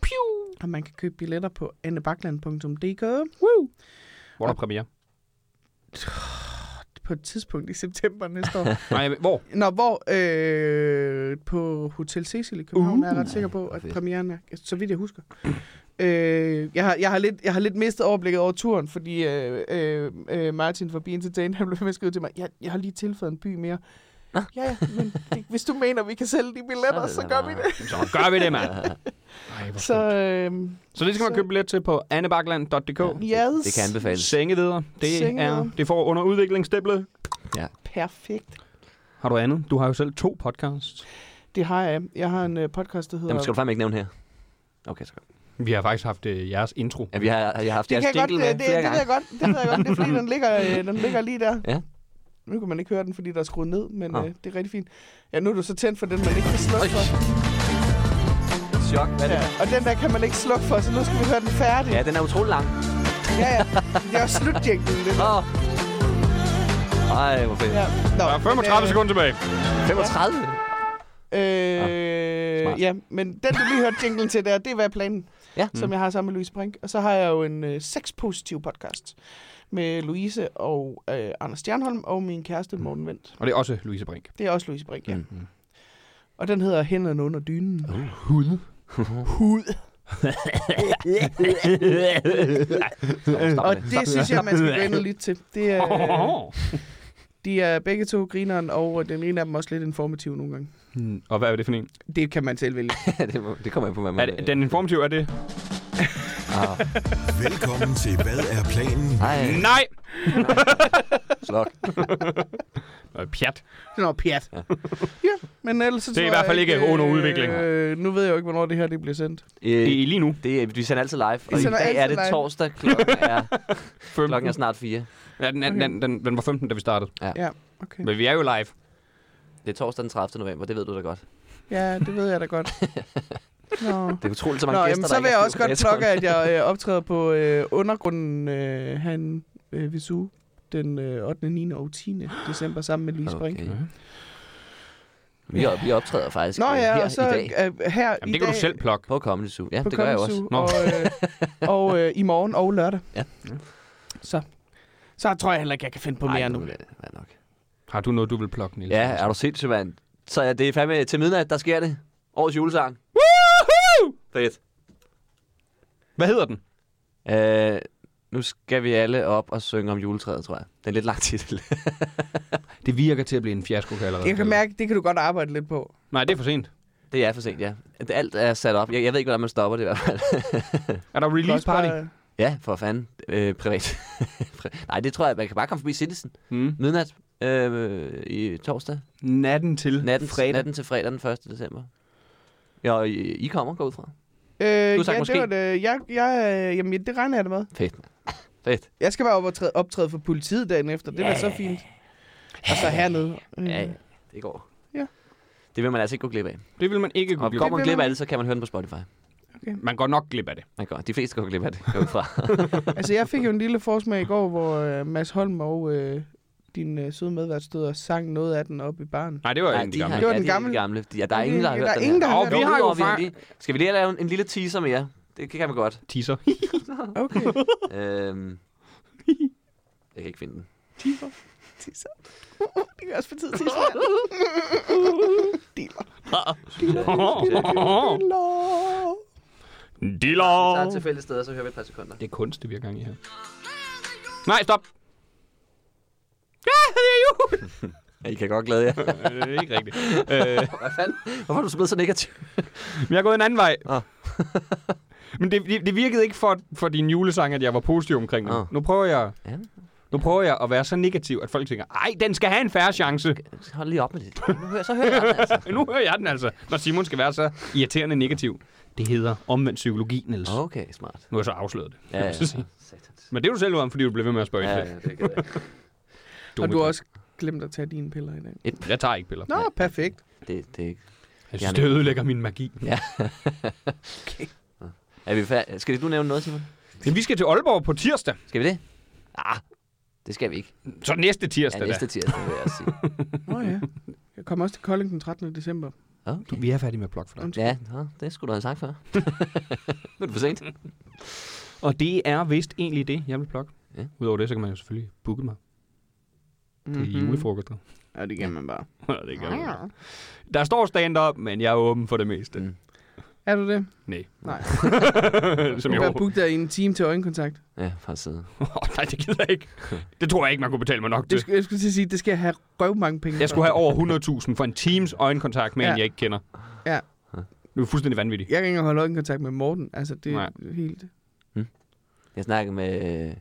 S4: Piu! Og man kan købe billetter på annebakland.dk
S1: Woo! Hvor er der premiere?
S4: på et tidspunkt i september næste år.
S1: Nej, men hvor?
S4: Nå, hvor øh, på Hotel Cecil i København uh, er jeg ret sikker på, at
S2: fedt.
S4: premieren er, så vidt jeg husker. Øh, jeg, har, jeg, har lidt, jeg har lidt mistet overblikket over turen, fordi øh, øh, øh, Martin fra Bean Entertain, han blev ved med at skrive til mig, jeg, jeg har lige tilføjet en by mere. Nå. Ja, ja, men det, hvis du mener, vi kan sælge de billetter, så, så gør vi det.
S1: Så gør vi det, mand. Ej, hvor
S4: Så
S1: så,
S4: øh,
S1: så det skal man
S4: så-
S1: købe billet til på annebakland.dk.
S4: yes,
S2: Det kan anbefales.
S1: Sengeveder. Det
S4: Sengeveder.
S1: er det får under udviklingsstemplet.
S4: perfekt.
S1: Har du andet? Du har jo selv to podcasts.
S4: Det har jeg. Jeg har en øh, podcast, der hedder...
S2: Jamen, skal du fandme ikke nævne her. Okay, så godt.
S1: Vi har faktisk haft øh, jeres intro.
S2: Ja, vi har, jeg har haft
S4: det
S2: jeres
S4: kan jeg godt,
S2: jingle
S4: det,
S2: med
S4: det, det,
S2: flere
S4: ved
S2: gange.
S4: jeg godt, det ved jeg godt, det er fordi, den ligger, øh, den ligger lige der.
S2: Ja.
S4: Nu kan man ikke høre den, fordi der er skruet ned, men
S2: Nå.
S4: øh, det er rigtig fint. Ja, nu er du så tændt for den, man ikke kan slukke for.
S2: Chok, hvad er
S4: Ja,
S2: det?
S4: og den der kan man ikke slukke for, så nu skal vi høre den færdig.
S2: Ja, den er utrolig lang.
S4: ja. ja. Det er også slutjægten, det der.
S2: Åh. Ej, hvor fedt.
S4: Ja. Nå,
S1: Der er 35 sekunder tilbage.
S2: 35.
S4: Øh,
S2: smart. Mm.
S4: ja, men den, du lige hørte jinglen til der, det er hvad er planen,
S2: Ja.
S4: som jeg har sammen med Louise Brink. Og så har jeg jo en øh, sexpositiv podcast med Louise og øh, Anders Stjernholm og min
S2: Mm.
S4: kæreste Morten Vendt.
S1: Og det er også Louise Brink.
S4: Det er også Louise Brink, ja. Mm-hmm. Og den hedder Hænderne under dynen. Uh,
S1: Hud.
S4: Hud.
S2: Stop
S4: Og
S2: med.
S4: det synes jeg, man skal gå ind og lytte til. Det er, øh,
S1: Oh.
S4: de er begge to grineren, og den ene af dem også lidt informativ nogle gange.
S1: Og hvad er det for en?
S4: Det kan man selv vælge.
S2: det, må- det kommer jeg på, hvad man... Ah,
S1: Er det, den informative er det?
S5: Velkommen til Hvad er planen?
S2: Nej,
S1: Nej!
S2: slok.
S1: Øh, Pjat.
S4: Nå, pjat. Ja, men ellers så
S1: Det er
S4: tror
S1: i hvert
S4: jeg
S1: fald ikke
S4: øh,
S1: under udvikling.
S4: Øh, nu ved jeg jo ikke, hvornår det her det bliver sendt.
S2: Øh,
S1: Det er lige nu.
S2: det, er- vi sender altid live, og i
S4: sender
S2: dag er
S4: altid
S2: det
S4: live.
S2: torsdag. Klokken er,
S1: 15.
S2: klokken er snart 4.
S1: Ja, den, okay. den, den, den var 15, da vi startede.
S4: Ja, okay.
S1: Men vi er jo live.
S2: Det er torsdag den 30. november, det ved du da godt.
S4: Ja, det ved jeg da godt. Nå.
S2: Det er utroligt så mange
S4: Nå,
S2: gæster,
S4: jamen,
S2: der
S4: så
S2: ikke
S4: vil jeg
S2: har
S4: også
S2: styr på
S4: godt
S2: datoen.
S4: plukke, at jeg øh, optræder på øh, undergrunden øh, han øh, ved Zoo den øh, 8., 9. og 10. december sammen med Louise Brink.
S2: Okay. Vi, op, vi optræder faktisk
S4: Nå
S2: øh,
S4: ja,
S2: her
S4: og så
S2: i dag
S4: øh, her
S1: Jamen,
S4: i
S1: det
S4: dag
S1: kan du selv plukke.
S2: på Comedy Zoo. Ja,
S4: på
S2: det gør jeg
S4: Comedy
S2: også.
S4: Zoo, Og, øh, og øh, i morgen og lørdag.
S2: Ja.
S4: Så. Så tror jeg heller ikke, jeg kan finde på mere
S2: Ej,
S4: nu.
S2: er det hvad nok.
S1: Har du noget, du vil plukke, Niels?
S2: Ja, er du sindssygt, mand? Så ja, det er fandme til midnat, der sker det. Årets julesang.
S1: Woohoo!
S2: Fedt.
S1: Hvad hedder den?
S2: Øh, nu skal vi alle op og synge om juletræet, tror jeg. Det er en lidt lang titel.
S1: Det virker til at blive en fiasko, kan jeg allerede
S4: Jeg kan
S1: fortælle.
S4: mærke, det kan du godt arbejde lidt på.
S1: Nej, det er for sent.
S2: det er for sent, ja. Det- Alt er sat op. Jeg, jeg ved ikke, hvordan man stopper det i hvert fald.
S1: Er der
S4: Du kan
S1: release
S4: også
S1: party?
S4: bare- Øh,
S2: Ja, for fanden. Øh, privat. Pri- Nej, det tror jeg, man kan bare komme forbi Citizen.
S1: Mm.
S2: Midnat øh, i torsdag.
S1: Natten til
S2: Natten,
S1: fredag.
S2: natten til fredag den 1. december. Ja, og I, I kommer, går jeg ud fra.
S4: Øh,
S2: har
S4: ja,
S2: sagt måske.
S4: det var det. Jeg, jeg, øh, jamen, ja, det regner jeg da med.
S2: Fedt, mand. Fedt.
S4: Jeg skal bare op og træde, optræde for politiet dagen efter. Det er da så fint. Og så hernede. Øh,
S2: Ja, ja, det går.
S4: Ja.
S2: Det vil man altså ikke gå glip af.
S1: Det vil man ikke gå
S2: Og
S1: glip
S2: går
S1: af.
S2: man
S4: vil
S2: glip af
S4: man
S2: det, så kan man høre den på Spotify.
S1: Man går nok glip af det.
S2: Man går. De fleste går glip af det. Går jeg ud fra.
S4: Altså, jeg fik jo en lille forsmag i går, hvor øh, Mads Holm og øh, din øh, søde medvært stod og sang noget af den op i baren.
S1: Nej, det var
S2: Nej,
S1: ikke de gamle.
S2: har-
S4: Det var
S2: ja,
S4: den
S2: de
S4: gamle.
S2: gamle. De, ja, der er
S4: Det-
S2: ingen, der har
S4: der
S2: hørt
S4: er
S2: den
S4: ingen, der har
S1: hørt den.
S2: jo,
S1: Vi har jo
S2: udover, vi
S1: fra-
S2: lige- Skal vi lige lave en, en lille teaser mere? Det kan man godt.
S1: Teaser.
S4: Okay.
S2: øhm, jeg kan ikke finde den.
S4: Teaser. Teaser. Det er også for tid til svært. Dealer. Dealer.
S2: Der er
S1: Diller.
S2: et tilfældigt sted, og så hører vi et par sekunder.
S1: Det er kunst, det vi har gang i her. Nej, stop. Ja, det er jul.
S2: Ja, I kan godt glæde jer.
S1: øh, ikke rigtigt. Øh,
S2: Hvad fanden? Hvorfor er du så blevet så negativ?
S1: men jeg er gået en anden vej.
S2: Ah.
S1: men det, det, det virkede ikke for, for din julesang, at jeg var positiv omkring den.
S2: Ah.
S1: Nu prøver jeg...
S2: Ja.
S1: Nu prøver jeg at være så negativ, at folk tænker, ej, den skal have en færre chance.
S2: Hold lige op med det. Nu hører, så hører jeg den, altså.
S1: Nu hører jeg den altså, når Simon skal være så irriterende negativ. Det hedder omvendt psykologi, Niels. Oh.
S2: Okay, smart.
S1: Nu har jeg så afsløret det.
S2: Ja, ja,
S1: Jeg vil så sige.
S2: ja. Satans.
S1: Men det er du selv om, fordi du blev ved med at spørge.
S2: Ja,
S1: Ja,
S2: ja, det kan jeg.
S4: Og du har også glemt at tage dine piller i dag.
S1: Jeg tager ikke piller.
S4: Nå, perfekt.
S2: Det, det,
S1: Jeg
S2: Jeg
S1: synes, det ødelægger min magi.
S2: er vi færd- Skal du nævne noget, Simon?
S1: Men vi skal til Aalborg på tirsdag.
S2: Skal vi det? Ah, det skal vi ikke.
S1: Så næste
S2: Ja,
S1: tirsdag da.
S2: næste tirsdag, vil jeg også sige.
S4: Nå ja. Jeg kommer også til Kolding den 13. december.
S1: Du,
S2: Okay.
S1: vi er færdige med plok for dig.
S2: Ja, nå, det skulle du have sagt før. nu er det for sent.
S1: Og det er vist egentlig det, jeg vil plukke.
S2: Ja.
S1: Ja. Udover det, så kan man jo selvfølgelig booke mig til
S4: Mhm.
S1: mm-hmm. julefrokoster.
S4: Ja, det kan man bare.
S1: det
S4: Ah.
S1: kan man. Der står stand-up, men jeg er åben for det meste.
S2: Mm.
S1: Mm.
S4: Er du det?
S1: Nej.
S4: Nej.
S1: Som
S4: Du
S1: jeg
S4: kan
S1: håber.
S4: booke dig i en time til øjenkontakt.
S2: Ja, fra siden.
S1: Åh, Nej, det gider jeg ikke. Det tror jeg ikke, man kunne betale mig nok
S4: Det
S1: til.
S4: skulle, jeg skulle til at sige, det skal jeg have røv mange penge
S1: Jeg skulle have over 100.000 for en teams øjenkontakt med ja.
S4: Ja.
S1: en, jeg ikke kender.
S4: Ja.
S1: Det er fuldstændig vanvittigt.
S4: Jeg kan ikke engang holde øjenkontakt med Morten. Altså, det
S1: Nej.
S4: er helt...
S2: Jeg snakkede med øh,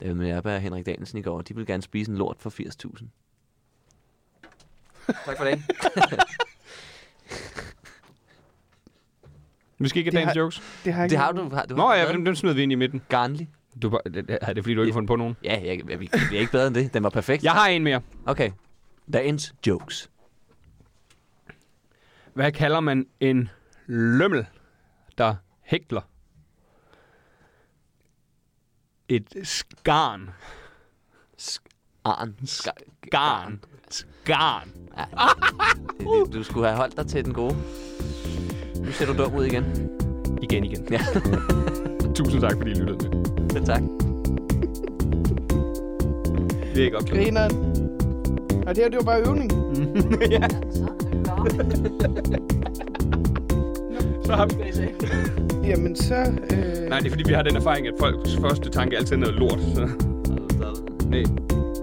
S2: David Mørberg og Henrik Danielsen i går. De ville gerne spise en lort for 80.000. tak for det.
S1: Vi skal ikke
S4: Det
S1: have dagens
S4: har-
S1: jokes.
S4: Det har, jeg
S2: Det
S4: ikke
S2: har du. Har, du
S1: Nå ja,
S2: dem.
S1: dem, dem smed vi ind i midten.
S2: Garnly.
S1: Du, var- det, det, er det fordi, du ikke har fundet på nogen?
S2: Ja, jeg, jeg, vi, vi er ikke bedre end det. Den var perfekt.
S1: Jeg har en mere.
S2: Okay. Dagens jokes.
S1: Hvad kalder man en lømmel, der hækler? Et skarn.
S2: Arn.
S1: Skarn. Skarn.
S2: Ja, det- det- du skulle have holdt dig til den gode. Nu ser du dum ud igen.
S1: Igen, igen.
S2: Ja.
S1: Tusind tak, fordi I lyttede med.
S2: tak.
S1: Det er ikke opklaret.
S4: Griner. Og det her, det var bare øvning.
S1: Mm. Så har vi...
S4: Jamen, så... Øh...
S1: Nej, det er fordi, vi har den erfaring, at folks første tanke altid er noget lort. Så. Nej.